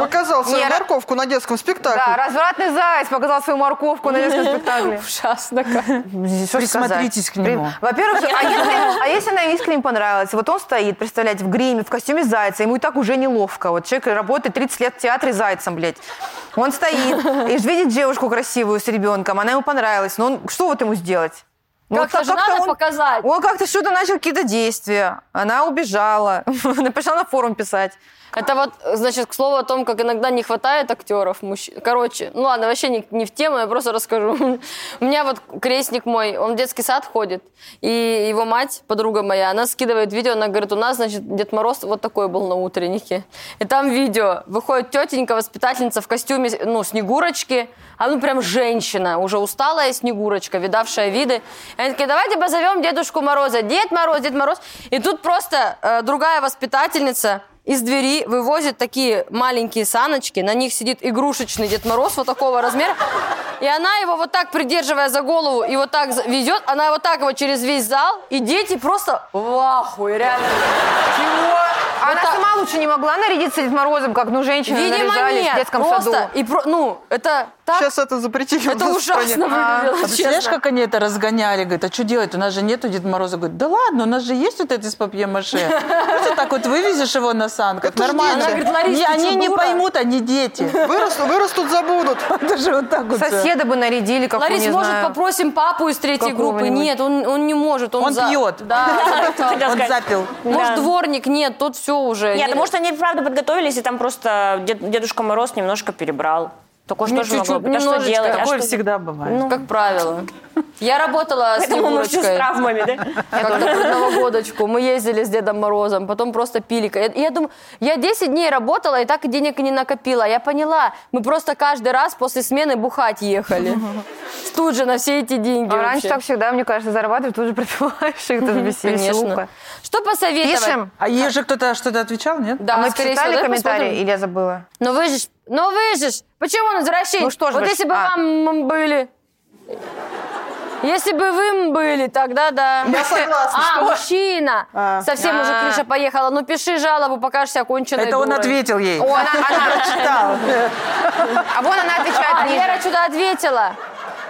S5: Показал свою
S3: Не, ра-
S5: морковку на детском
S3: да,
S5: спектакле.
S3: развратный заяц показал свою морковку на детском спектакле.
S2: Ужасно как.
S3: Что
S7: Присмотритесь
S3: сказать?
S7: к нему.
S3: При- Во-первых, а если, а если она искренне понравилась, вот он стоит, представляете, в гриме, в костюме зайца, ему и так уже неловко. Вот человек работает 30 лет в театре зайцем, блядь. Он стоит и ж видит девушку красивую с ребенком, она ему понравилась, но он, что вот ему сделать? Ну,
S2: Как-то
S3: вот
S2: же надо показать.
S3: Он как-то что-то начал какие-то действия. Она убежала. Она пошла на форум писать.
S2: Это вот, значит, к слову о том, как иногда не хватает актеров мужчин. Короче, ну ладно, вообще не, не в тему, я просто расскажу. У меня вот крестник мой, он в детский сад ходит, и его мать, подруга моя, она скидывает видео, она говорит, у нас, значит, Дед Мороз вот такой был на утреннике. И там видео, выходит тетенька, воспитательница в костюме, ну, Снегурочки, а ну прям женщина, уже усталая Снегурочка, видавшая виды. И они такие, давайте позовем Дедушку Мороза. Дед Мороз, Дед Мороз. И тут просто э, другая воспитательница из двери вывозит такие маленькие саночки, на них сидит игрушечный Дед Мороз вот такого размера, и она его вот так, придерживая за голову, и вот так за- везет, она вот так его через весь зал, и дети просто в ахуе, реально.
S3: А она
S2: это-
S3: сама лучше не могла нарядиться Дед Морозом, как, ну, женщины
S2: Видимо,
S3: наряжались
S2: нет,
S3: в детском
S2: просто,
S3: саду.
S2: и про- ну, это так,
S5: Сейчас это запретили у
S2: это
S5: нас в
S2: ужасно
S5: стране.
S2: выглядело,
S7: А представляешь,
S2: честно.
S7: как они это разгоняли? Говорит, а что делать? У нас же нету Деда Мороза. Говорит, да ладно, у нас же есть вот это из папье-маше. Просто так вот вывезешь его на санках.
S5: Это ж
S7: Нормально.
S5: дети. Она
S2: говорит, «Ларис,
S7: Не,
S2: ты
S7: Они
S2: чё,
S7: не
S2: дура?»
S7: поймут, они дети.
S5: А, Вырастут, вырастут, забудут.
S7: Это же вот так вот.
S3: Соседа бы нарядили, как ну,
S2: Ларис,
S3: не
S2: может,
S3: знаю.
S2: попросим папу из третьей группы?
S3: Какого-нибудь.
S2: Нет, он, он не может. Он,
S7: Он
S2: за-
S7: пьет.
S2: Да.
S7: Он запил.
S2: Может, дворник? Нет, тот все уже.
S4: Нет,
S2: Не-
S4: а может, они правда подготовились, и там просто дед- Дедушка Мороз немножко перебрал. Такое что же могло
S2: чуть-чуть,
S4: быть? А что
S2: немножечко.
S4: делать? А
S7: Такое
S4: что-
S7: всегда бывает.
S2: Как правило. Я работала с
S4: ну, Поэтому мы все с
S2: Снегурочкой.
S4: травмами, да?
S2: Как-то под Новогодочку. Мы ездили с Дедом Морозом, потом просто пили. Я, я думаю, я 10 дней работала и так и денег и не накопила. Я поняла, мы просто каждый раз после смены бухать ехали. Тут же на все эти деньги
S3: А раньше
S2: вообще.
S3: так всегда, мне кажется, зарабатывают, тут же пропиваешь их, тут же
S2: Конечно.
S3: веселуха.
S2: Что посоветовать?
S3: Пишем.
S7: А ей же кто-то что-то отвечал, нет?
S2: Да,
S3: А мы
S2: скорее всего,
S3: читали
S2: давай посмотрим.
S3: комментарии или я забыла?
S2: Но Ну, вы же, ж- но вы же, ж- почему он возвращение?
S3: Ну что ж
S2: вот
S3: вы ж-
S2: если бы
S3: а.
S2: вам м, были, если бы вы м были, тогда да.
S5: Я согласна,
S2: А,
S5: что-
S2: мужчина.
S5: А.
S2: Совсем уже
S3: А.
S2: крыша поехала. Ну пиши жалобу, покажешься оконченной
S7: Это он
S2: дурой.
S7: ответил ей.
S3: О, она- она-
S7: Читал.
S3: а вон она
S2: А,
S3: отвечает ниже.
S2: Лера что-то ответила.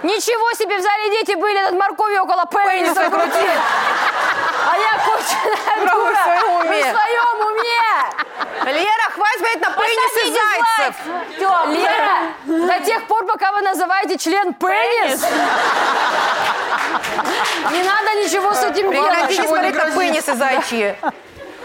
S2: Ничего себе, в зале дети были, этот морковью около пениса крутил. А я конченая
S3: Дура,
S2: дура.
S3: в своем
S2: Ну,
S3: уме.
S2: В своем уме.
S3: Лера, хватит смотреть на пенис и
S2: Поставьте
S3: зайцев.
S2: дизлайк. Лера, до тех пор, пока вы называете член пенис, не надо ничего с этим делать.
S3: Прекратите
S5: Ничего не
S3: смотреть на
S5: грозит.
S3: пенис и зайчьи.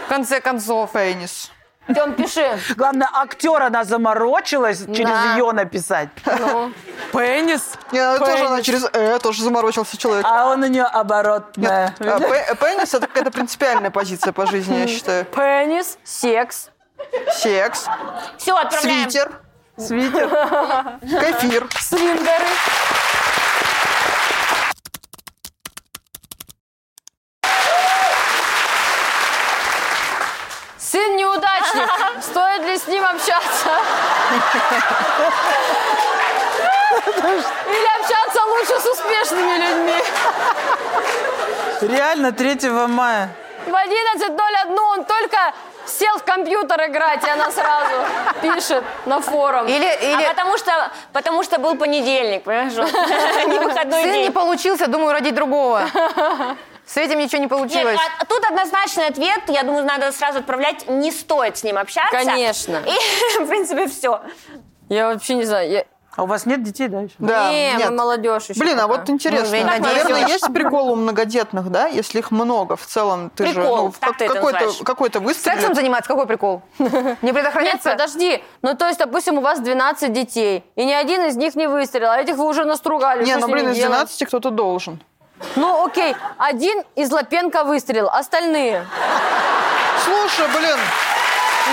S3: В конце концов.
S5: Пенис.
S2: Тем, пиши.
S7: Главное, актер она заморочилась через ее написать.
S2: Ну.
S7: Пенис.
S5: Не, она тоже она через «э» тоже заморочился человек.
S7: А он у нее оборотная.
S5: Нет, а, пе- пенис это какая-то принципиальная позиция по жизни, я считаю.
S2: Пенис, секс.
S5: Секс,
S4: Все, отправляем.
S5: свитер, свитер, кефир.
S2: Сын неудачник. Стоит ли с ним общаться? Или общаться лучше с успешными людьми?
S7: Реально 3 мая.
S2: В 11.01 он только сел в компьютер играть, и она сразу пишет на форум.
S3: Или,
S4: А
S3: или
S4: потому что, потому что был понедельник, понимаешь? вот. Не выходной
S3: сын не
S4: день.
S3: получился, думаю, родить другого. С этим ничего не
S4: Нет,
S3: получилось.
S4: а- а тут однозначный ответ, я думаю, надо сразу отправлять, не стоит с ним общаться.
S2: Конечно.
S4: И, в принципе, все.
S2: Я вообще не знаю. я-
S7: А у вас нет детей, да, А еще?
S5: Да,
S2: не,
S5: нет.
S2: мы молодежь еще.
S5: Блин, а
S2: пока.
S5: вот интересно,
S3: Ну, надеюсь,
S5: наверное,
S3: всё.
S5: есть прикол у многодетных, да, если их много в целом, ты же,
S4: Прикол,
S5: ну, в
S4: так
S5: как-
S4: ты это называешь.
S5: какой-то какой-то
S3: Сексом
S5: выстреле.
S3: заниматься, какой прикол? Не
S2: Нет,
S3: предохраняться?
S2: подожди. Ну, то есть, допустим, у вас 12 детей, и ни один из них не выстрелил, а этих вы уже настругали.
S5: Не,
S2: что
S5: ну,
S2: с ними
S5: блин, из
S2: делать?
S5: 12 кто-то должен.
S2: Ну, окей, один из Лапенко выстрелил, остальные.
S5: Слушай, блин,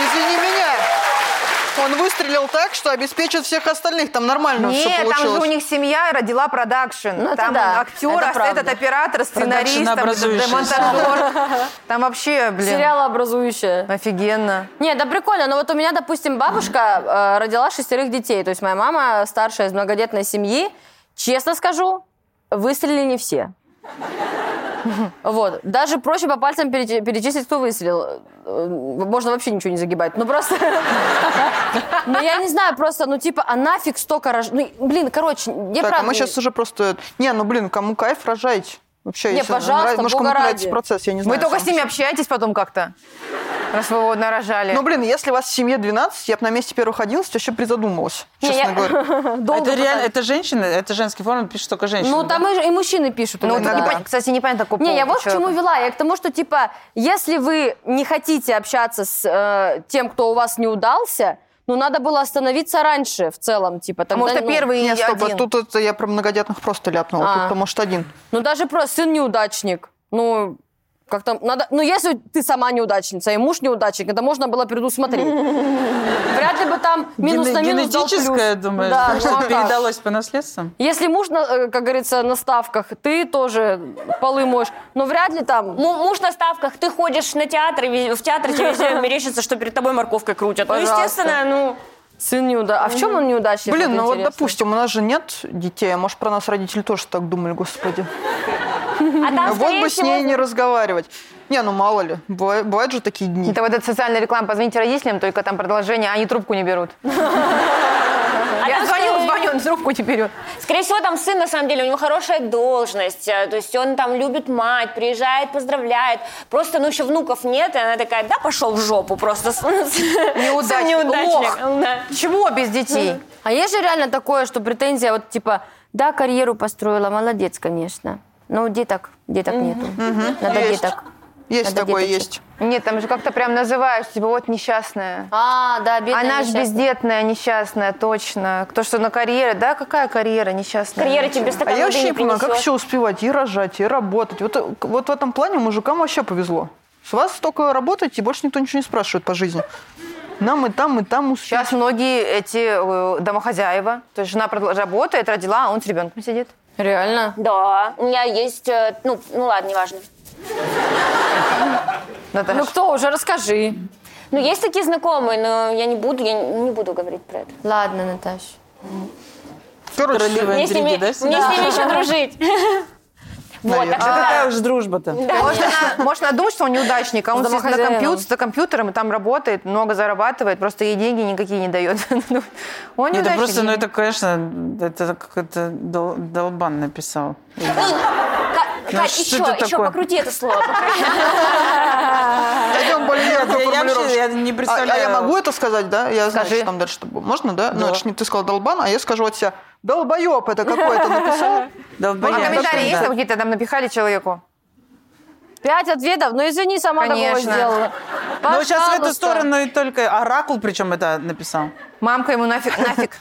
S5: извини меня. Он выстрелил так, что обеспечит всех остальных. Там нормально все
S3: Нет, там
S5: получилось.
S3: же у них семья родила продакшн.
S2: Ну, это
S3: там
S2: да,
S3: актер,
S2: это правда.
S3: этот оператор, сценарист, там,
S7: Продакшенообразующие.
S3: демонтажер. Там вообще, блин,
S2: Сериалообразующее.
S3: офигенно.
S2: Нет, да прикольно, но вот у меня, допустим, бабушка э, родила шестерых детей, то есть моя мама старшая из многодетной семьи. Честно скажу, выстрелили не все. Вот. Даже проще по пальцам перечи- перечислить, кто выстрелил. Э, Можно вообще ничего не загибать. Ну просто... Ну я не знаю, просто, ну типа, а нафиг столько рож... Ну, блин, короче, я
S5: Так, а
S2: правда...
S5: мы сейчас уже просто... Не, ну, блин, кому кайф, рожайте. Вообще,
S2: Не,
S5: если вам
S2: пожалуйста,
S5: нравится- Может, кому
S2: бога
S5: нравится
S2: ради.
S5: процесс, я не знаю.
S3: Вы только
S5: сам.
S3: с ними общаетесь потом как-то? Раз вы его нарожали.
S5: Ну, блин, если у вас в семье 12, я бы на месте первых 11 вообще призадумалась, честно говоря.
S2: долго
S7: это реально,
S2: пытаюсь.
S7: это женщина, это женский форум, пишет только женщина.
S2: Ну там и ж- и мужчины пишут.
S3: Ну,
S2: иногда.
S3: вот не пон- кстати, непонятно, какого
S2: Не, я
S3: пола
S2: вот к чему
S3: человека.
S2: вела. Я к тому, что, типа, если вы не хотите общаться с э, тем, кто у вас не удался, ну, надо было остановиться раньше в целом, типа. Тогда,
S3: Потому что
S2: ну,
S3: первый и
S5: Нет, стоп, а
S3: один.
S5: тут это я про многодетных просто ляпнула.
S2: А.
S5: Тут-то, может, один.
S2: Ну, даже просто сын неудачник. Ну, Как-то надо... Ну, если ты сама неудачница и муж неудачник, это можно было предусмотреть. Вряд ли бы там минус на минус дал плюс.
S7: Генетическое, думаешь,
S2: Да,
S7: да, что
S2: ну а как?
S7: передалось по наследству?
S2: Если муж, на- э, как говорится, на ставках, ты тоже полы моешь, но вряд ли там...
S4: Му- муж на ставках, ты ходишь на театр, и ви- в театр тебе везде мерещится, что перед тобой морковкой крутят. Ну,
S2: Пожалуйста.
S4: естественно, ну...
S2: Сын неуда... А в чем он неудачник?
S5: Блин,
S2: Вот
S5: ну вот
S2: интересно.
S5: допустим, у нас же нет детей, а может про нас родители тоже так думали, господи.
S4: А там,
S5: вот
S4: скорее
S5: бы с
S4: всего,
S5: ней не разговаривать. Не, ну мало ли, бывает, бывают же такие дни.
S3: Это вот эта социальная реклама, позвоните родителям, только там продолжение, они трубку не берут.
S2: Ну,
S4: а
S2: а
S3: Я звоню, звоню, он трубку не берет.
S4: Скорее всего, там сын, на самом деле, у него хорошая должность, э, то есть он там любит мать, приезжает, поздравляет. Просто, ну, еще внуков нет, и она такая, да, пошел в жопу просто. Неудачник.
S3: лох.
S4: Неудачник.
S3: Чего без детей?
S2: А есть же реально такое, что претензия вот типа, да, карьеру построила, молодец, конечно. Но деток, деток нету.
S7: Ну,
S2: Надо
S5: Есть.
S2: деток.
S5: Есть
S2: Надо
S5: такое,
S2: деточек.
S5: есть.
S3: Нет, там же как-то прям называешь, типа, вот несчастная.
S2: А, да, бедная
S3: Она же
S2: несчастная.
S3: бездетная, несчастная, точно. Кто что на карьере, да? Какая карьера несчастная?
S4: Карьера тебе
S5: А
S4: стакан воды
S5: я вообще
S4: не
S5: не понимаю, как
S4: принесет.
S5: все успевать и рожать, и работать. Вот, э, вот в этом плане мужикам вообще повезло. С вас только работать, и больше никто ничего не спрашивает по жизни. Нам и там, и там успеть.
S3: Сейчас многие эти э, домохозяева, то есть жена продла- работает, родила, а он с ребенком сидит.
S2: Реально?
S4: Да, у меня есть, э, ну, ну ладно, неважно.
S3: Наташа.
S2: Ну кто уже, расскажи.
S4: Ну, есть такие знакомые, но я не буду, я не не буду говорить про это.
S2: Ладно, Наташ.
S5: Короче,
S7: Тролливые
S4: Мне с ними,
S7: интриги, да?
S4: мне с ними еще дружить. Вот, так
S5: Наверное.
S4: что
S7: А
S4: да.
S7: какая уж дружба-то?
S3: Может, она, может, она думает, что он неудачник, а он
S2: С
S3: сидит на
S2: домохозяином.
S3: компьютер, за компьютером и там работает, много зарабатывает, просто ей деньги никакие не дает. Ну, Он
S7: Нет, да
S3: неудачник.
S7: просто, ну это, конечно, это какой-то дол- долбан написал.
S4: Ка-
S7: Ну,
S4: Кать,
S7: что
S4: еще,
S7: это
S4: еще
S7: такое?
S4: покрути это слово.
S5: дойдем более яркую
S7: я вообще-
S5: формулировку.
S7: я не
S5: А- А,
S7: представляю.
S5: я могу это сказать, да? Я знаю,
S3: Скажи.
S5: что там дальше было. Можно, да? Ну, это ж не ты сказал долбан, а я скажу от себя, долбоеб это какой-то написал.
S3: А
S7: Долбоеб.
S3: комментарии есть
S7: Да.
S3: там какие-то, там напихали человеку?
S2: Пять ответов, но извини, сама такого
S3: Конечно.
S2: сделала.
S7: Ну, сейчас в эту
S2: Пожалуйста.
S7: сторону и только Оракул, причем это написал.
S3: Мамка ему нафиг, нафиг.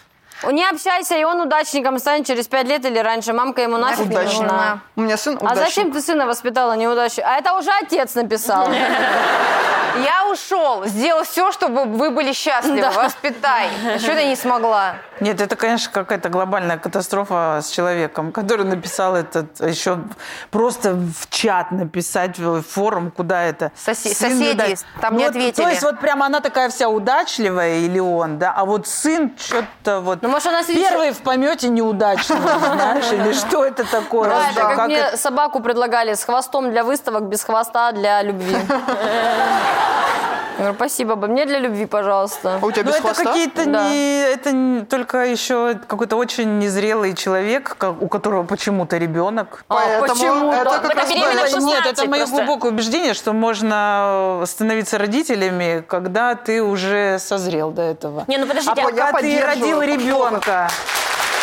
S2: Не общайся, и он удачником станет через пять лет или раньше. Мамка ему нафиг не
S5: Удачно.
S2: нужна.
S5: У меня сын
S2: А
S5: удачник.
S2: зачем ты сына воспитала неудачи? А это уже отец написал.
S3: Я ушел, сделал все, чтобы вы были счастливы, воспитай. Что ты не смогла?
S7: Нет, это, конечно, какая-то глобальная катастрофа с человеком, который написал этот еще просто в чат написать в форум, куда это.
S3: Соси-
S7: Сын
S3: соседи
S7: неудач-
S3: там не
S7: вот,
S3: ответили.
S7: То есть вот прям она такая вся удачливая или он, да, а вот сын что-то вот
S2: Ну, может, она сидит-
S7: первый в помете неудачный, знаешь, или что это такое?
S2: Да, это
S7: Да,
S2: как
S7: а как
S2: мне
S7: это-
S2: собаку предлагали с хвостом для выставок, без хвоста для любви. Я говорю, спасибо, бы мне для любви, пожалуйста.
S5: А у тебя
S7: Ну,
S5: без
S7: это
S5: хвоста?
S7: какие-то
S2: Да.
S7: не... Это не- только еще какой-то очень незрелый человек, как- у которого почему-то ребенок.
S5: Поэтому
S2: почему?
S5: это
S2: Да,
S5: как раз
S4: беременна
S5: правильно.
S4: в
S7: Это- Нет,
S4: 16
S7: это мое
S4: просто.
S7: глубокое убеждение, что можно э, становиться родителями, когда ты уже созрел до этого.
S4: Не, ну подождите,
S5: А
S4: а
S5: вот я
S7: Когда ты
S5: поддерживаю,
S7: родил
S5: как
S7: ребенка.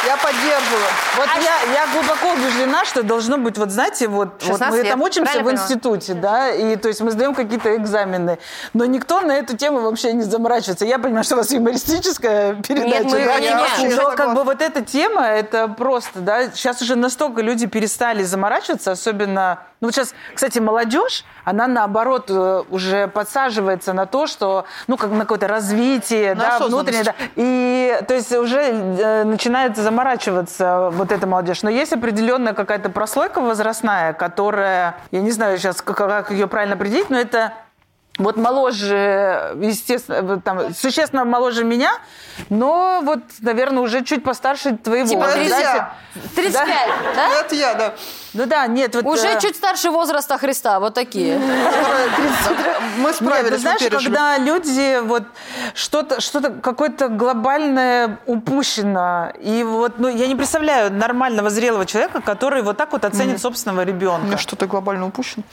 S5: Я поддерживаю.
S7: Вот
S3: А
S7: я, я глубоко убеждена, что должно быть, вот знаете, вот, вот
S3: 16
S7: мы там
S3: лет,
S7: учимся
S3: правильно
S7: в
S3: поняла?
S7: институте, да, и то есть мы сдаем какие-то экзамены, но никто на эту тему вообще не заморачивается. Я понимаю, что у вас юмористическая передача,
S3: мы-
S7: да,
S3: не-не.
S5: Я
S7: но
S5: согласна.
S7: как бы вот эта тема, это просто, да, сейчас уже настолько люди перестали заморачиваться, особенно, ну вот сейчас, кстати, молодежь, она наоборот э, уже подсаживается на то, что, ну как на какое-то развитие,
S5: На
S7: да, внутреннее,
S5: осознанность.
S7: да, и то есть уже э, начинает заморачиваться вот эта молодежь. Но есть определенная какая-то прослойка возрастная, которая, я не знаю сейчас, как, как ее правильно определить, но это вот моложе, естественно, вот там, существенно моложе меня, но вот, наверное, уже чуть постарше твоего.
S5: Типа
S7: да,
S5: 30.
S7: типа-
S2: 35, да?
S5: Это я, да.
S7: Ну да, нет, вот...
S2: Уже
S7: э,
S2: чуть старше возраста Христа, вот такие.
S5: Которая- Мы
S7: Нет,
S5: справились,
S7: ты
S5: мы
S7: знаешь,
S5: пережили.
S7: когда люди вот что-то, что-то какое-то глобальное упущено, и вот, ну, я не представляю нормального зрелого человека, который вот так вот оценит собственного
S5: У меня
S7: ребенка.
S5: что-то глобально упущено.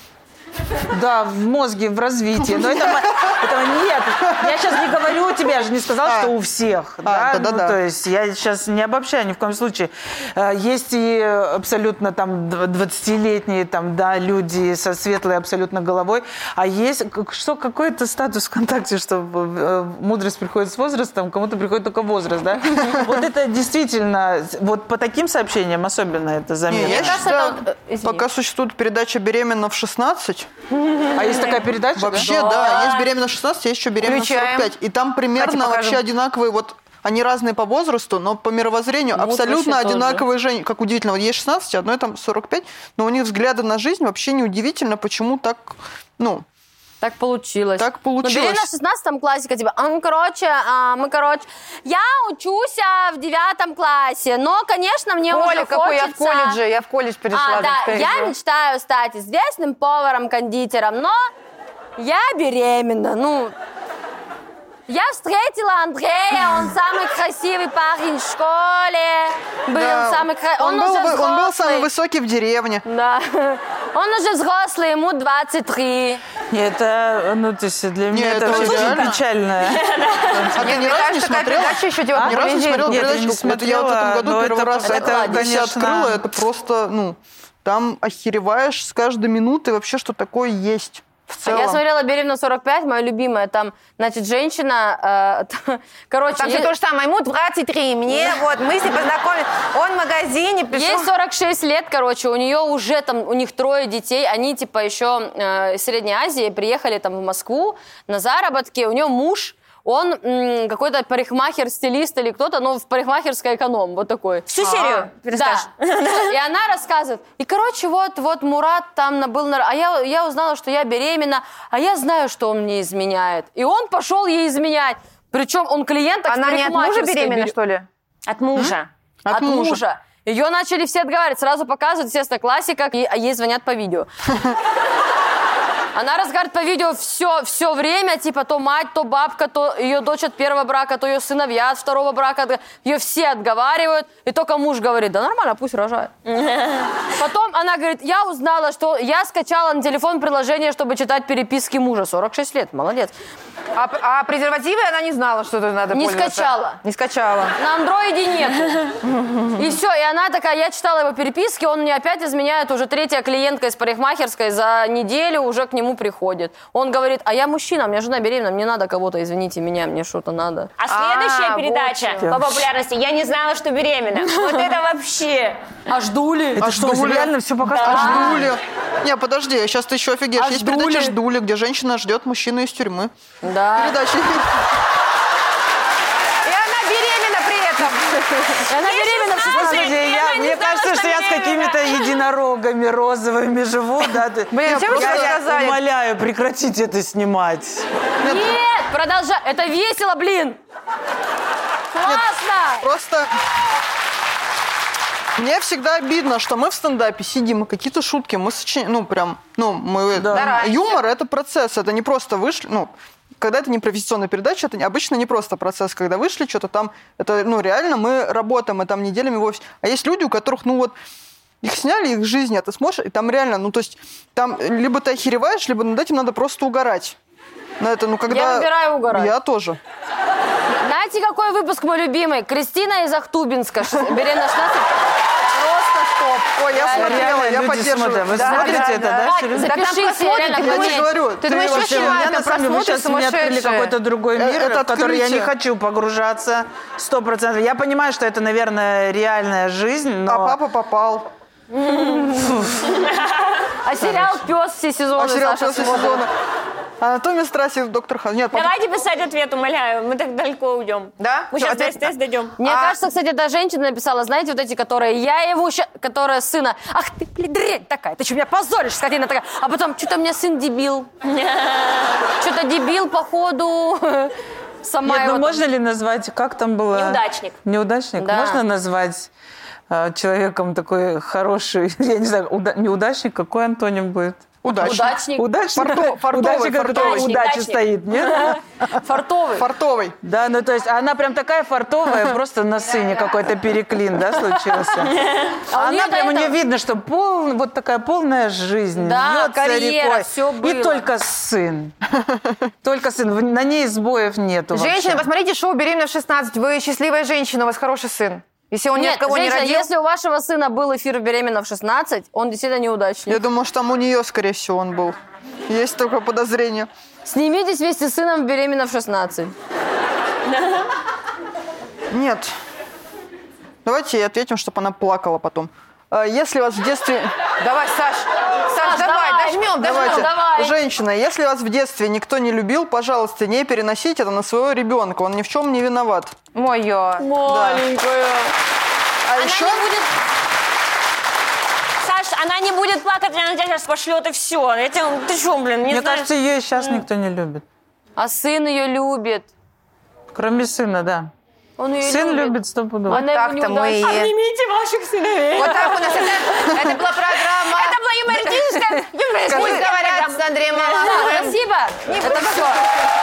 S7: Да, в мозге, в развитии. Но это мо- этого нет. Я сейчас не говорю тебе, я же не сказала,
S5: А.
S7: что у всех.
S5: А,
S7: да?
S5: да-да-да.
S7: Ну, То есть я сейчас не обобщаю ни в коем случае. Э, Есть и абсолютно там дв- 20-летние там, да, люди со светлой абсолютно головой. А есть как- что, какой-то статус ВКонтакте, что э, мудрость приходит с возрастом, кому-то приходит только возраст, да? Вот это действительно, вот по таким сообщениям особенно это
S5: Не,
S7: заметно.
S5: я
S2: кажется,
S5: считаю,
S2: это вот- э, извини.
S5: пока существует передача «Беременна в 16», работать.
S7: А есть такая передача? да?
S5: Вообще, да, есть беременна 16, есть еще беременна
S3: Включаем.
S5: 45. И там примерно
S3: Давайте покажем.
S5: вообще одинаковые, вот они разные по возрасту, но по мировоззрению абсолютно
S2: вообще тоже.
S5: одинаковые женщины. Как удивительно, вот ей 16, одной там 45, но у них взгляды на жизнь вообще неудивительно, почему так, ну,
S2: Так получилось.
S5: Так получилось.
S2: Ну, беременна в 16 классе, типа, а, ну, короче, а, мы, короче, я учусь а, в 9 классе, но, конечно, мне
S3: Коля,
S2: уже
S3: какой я в
S2: хочется-
S3: колледже, я в колледж перешла.
S2: А, да,
S3: говорит,
S2: я
S3: «Эй,
S2: мечтаю стать известным поваром-кондитером, но я беременна, ну... Я встретила Андрея, он самый красивый парень в школе, был
S5: да.
S2: самый кра-
S5: он, был,
S2: уже
S5: вы- он был самый
S2: взрослый.
S5: высокий в деревне.
S2: Да. Он уже взрослый, ему 23.
S7: Нет, это, ну, то есть для меня это,
S5: это
S7: вообще
S5: очень
S7: очень
S5: реально.
S7: печально.
S5: А ты ни
S3: Мне
S5: разу не
S3: кажется, такая
S5: смотрела?
S3: передача еще тебя
S2: А?
S7: А?
S5: Ни разу не
S3: повредит.
S5: смотрела
S7: Нет, я не
S5: передачу. Вот я вот в этом
S7: смотрела,
S5: году
S7: но
S5: первый
S7: это
S5: раз
S7: по- это,
S5: это, для себя
S7: конечно.
S5: открыла. Это просто, ну, там охереваешь с каждой минуты вообще, что такое есть. В
S2: А
S5: целом.
S2: Я смотрела «Беременна в 45», моя любимая. Там, значит,
S5: А
S2: женщина... э, короче,
S3: Там
S2: е-
S3: все то же самое. Ему 23, мне вот, мы с ним познакомились. Он в магазине
S2: Ей
S3: пришел.
S2: 46 лет, короче, у нее уже там, у них трое детей, они типа еще э, из Средней Азии приехали там в Москву на заработки, у нее муж, он м, какой-то парикмахер, стилист или кто-то, ну, в парикмахерской эконом, вот такой.
S4: Всю серию перескажешь?
S2: А, Да. И она рассказывает. И, короче, вот, вот Мурат там на- был на... А я, я узнала, что я беременна, а я знаю, что он мне изменяет. И он пошел ей изменять. Причем он клиента
S3: А Она не от мужа беременна, что ли?
S4: От мужа.
S2: от,
S5: От
S2: мужа.
S5: мужа.
S2: Ее начали все отговаривать, сразу показывают, естественно, классика, и- а ей звонят по видео. Она разговаривает по видео все, все время, типа то мать, то бабка, то ее дочь от первого брака, то ее сыновья от второго брака. Ее все отговаривают, и только муж говорит, да нормально, пусть рожает. Потом она говорит, я узнала, что я скачала на телефон приложение, чтобы читать переписки мужа. 46 лет, молодец.
S3: А, п- а презервативы она не знала, что тут надо
S2: Не
S3: пользоваться.
S2: скачала.
S3: Не скачала.
S2: На андроиде нет. И все, и она такая, я читала его переписки, он мне опять изменяет, уже третья клиентка из парикмахерской за неделю уже к нему приходит. Он говорит, а я мужчина, у меня жена беременна, мне надо кого-то, извините меня, мне что-то надо.
S4: А следующая
S3: А,
S4: передача по популярности «Я не знала, что беременна». Вот это вообще.
S2: А ждули?
S5: А
S7: Это что,
S5: ждули?
S7: реально все показывают?
S5: А ждули. Не, подожди, сейчас ты еще офигеешь.
S2: А
S5: Есть
S2: ждули?
S5: передача «Ждули», где женщина ждет мужчину из тюрьмы.
S2: Да.
S5: Передача.
S3: И она беременна при этом.
S2: И Она беременна в 16
S7: Господи, А, я, мне кажется, что я с какими-то единорогами розовыми живу, да? ты-
S3: Блин,
S7: я
S3: зачем вы
S7: просто-
S3: это
S7: я
S3: сказали?
S7: умоляю, прекратите это снимать.
S2: Нет, продолжай. Это весело, блин. Классно.
S5: Просто... Мне всегда обидно, что мы в стендапе сидим, и какие-то шутки мы сочиняем, ну, прям, ну, мы...
S3: Стараемся.
S5: Юмор — это процесс, это не просто вышли, ну, когда это не профессионная передача, это не- обычно не просто процесс, когда вышли, что-то там, это, ну, реально мы работаем, мы там неделями вовсе. А есть люди, у которых, ну, вот, их сняли, их жизни, а ты смотришь, и там реально, ну, то есть, там либо ты охереваешь, либо над этим надо просто угорать. На это, ну, когда...
S2: выбираю угорать.
S5: Я тоже.
S2: Знаете, какой выпуск мой любимый? Кристина из Ахтубинска. Ш- Беременна в 16.
S5: Ой, я смотрела,
S7: Реально,
S5: я
S7: люди смотрят.
S5: поддерживаю.
S7: Вы смотрите это, да? всё время?
S3: Да там
S2: Запишите,
S3: посмотрят,
S2: реально,
S3: ты
S2: я тебе
S3: думаешь-
S5: говорю,
S3: Ты
S5: ты
S3: думаешь,
S5: вообще-
S3: еще
S5: я
S7: Я на
S3: это
S7: самом деле, вы
S3: просмотрят
S7: сейчас меня открыли какой-то
S3: сумасшедшие.
S7: другой мир,
S5: это
S7: в который я не
S5: открытие.
S7: хочу погружаться сто процентов. Я понимаю, что это, наверное, реальная жизнь, но...
S5: А папа попал.
S2: А сериал «Пес» все сезоны,
S5: А сериал
S2: Саша
S5: после
S2: смотрит.
S5: сезона. Анатомия страсти, доктор Хан. Нет, папа.
S4: Давайте писать ответ, умоляю. Мы так далеко уйдем.
S3: Да?
S4: Мы
S3: Всё,
S4: сейчас до
S3: ответ-
S4: СТС дойдем.
S2: Мне
S3: А-
S2: кажется, кстати, эта женщина написала, знаете, вот эти, которые я его ща... которая сына, ах ты, блин, дрянь такая, ты что, меня позоришь, скотина такая, а потом, что-то меня сын дебил, что-то дебил, походу, сама
S7: Нет,
S2: его там-
S7: ну можно ли назвать, как там было?
S4: Неудачник.
S7: Неудачник?
S2: Да.
S7: Можно назвать э, человеком такой хороший, я не знаю, уда- неудачник, какой антоним будет?
S5: Удачно.
S2: удачник,
S7: Удачник?
S5: Форто- фартовый,
S7: Удачник, который
S5: фартовый.
S7: удача
S4: Удачник.
S7: стоит, нет?
S2: фартовый.
S5: Фартовый.
S7: Да, ну то есть она прям такая фартовая, просто на сыне какой-то переклин, да, случился.
S2: А у неё
S7: Она
S2: до
S7: прям, у нее
S2: этого-
S7: видно, что пол, вот такая полная жизнь,
S2: Да,
S7: льётся
S2: карьера,
S7: рекой.
S2: всё было.
S7: И только сын. Только сын. В- На ней сбоев нету
S3: Женщины,
S7: вообще.
S3: посмотрите шоу «Беременна в 16». Вы счастливая женщина, у вас хороший сын. Если он ни от
S2: Нет,
S3: кого не
S2: женщина,
S3: родил...
S2: если у вашего сына был эфир беременна в 16, он действительно неудачник.
S5: Я думаю, что там у нее, скорее всего, он был. Есть такое подозрение.
S2: Снимитесь вместе с сыном в беременна в 16.
S5: Нет. Давайте ей ответим, чтобы она плакала потом. А, Э, Если вас в детстве...
S3: Давай, Саш, Саш, давай,
S2: давай.
S3: дожмем
S5: начнем.
S7: Ну,
S5: Давайте.
S2: давай.
S5: Женщина, если вас в детстве никто не любил, пожалуйста, не переносите это на своего ребенка. Он ни в чем не виноват.
S3: Мое.
S2: Маленькая.
S5: А
S4: Она
S5: еще...
S4: не будет... Саш, она не будет плакать, она тебя сейчас пошлет и все. Я тебя- Ты что, блин, не
S7: Мне
S4: знаю.
S7: кажется, ее и сейчас никто не любит.
S2: А сын ее любит.
S7: Кроме сына, да.
S2: Он ее
S7: Сын
S2: любит.
S7: любит стопудово.
S2: Она ему не
S3: Так-то мы
S2: удалась.
S3: и...
S4: Обнимите ваших сыновей.
S3: Вот так у нас это, это была программа.
S4: Это была юмористическая...
S3: Пусть
S4: юмористическая
S3: говорят
S4: программа.
S3: с Андреем Малаховым.
S2: Спасибо.
S3: Это все.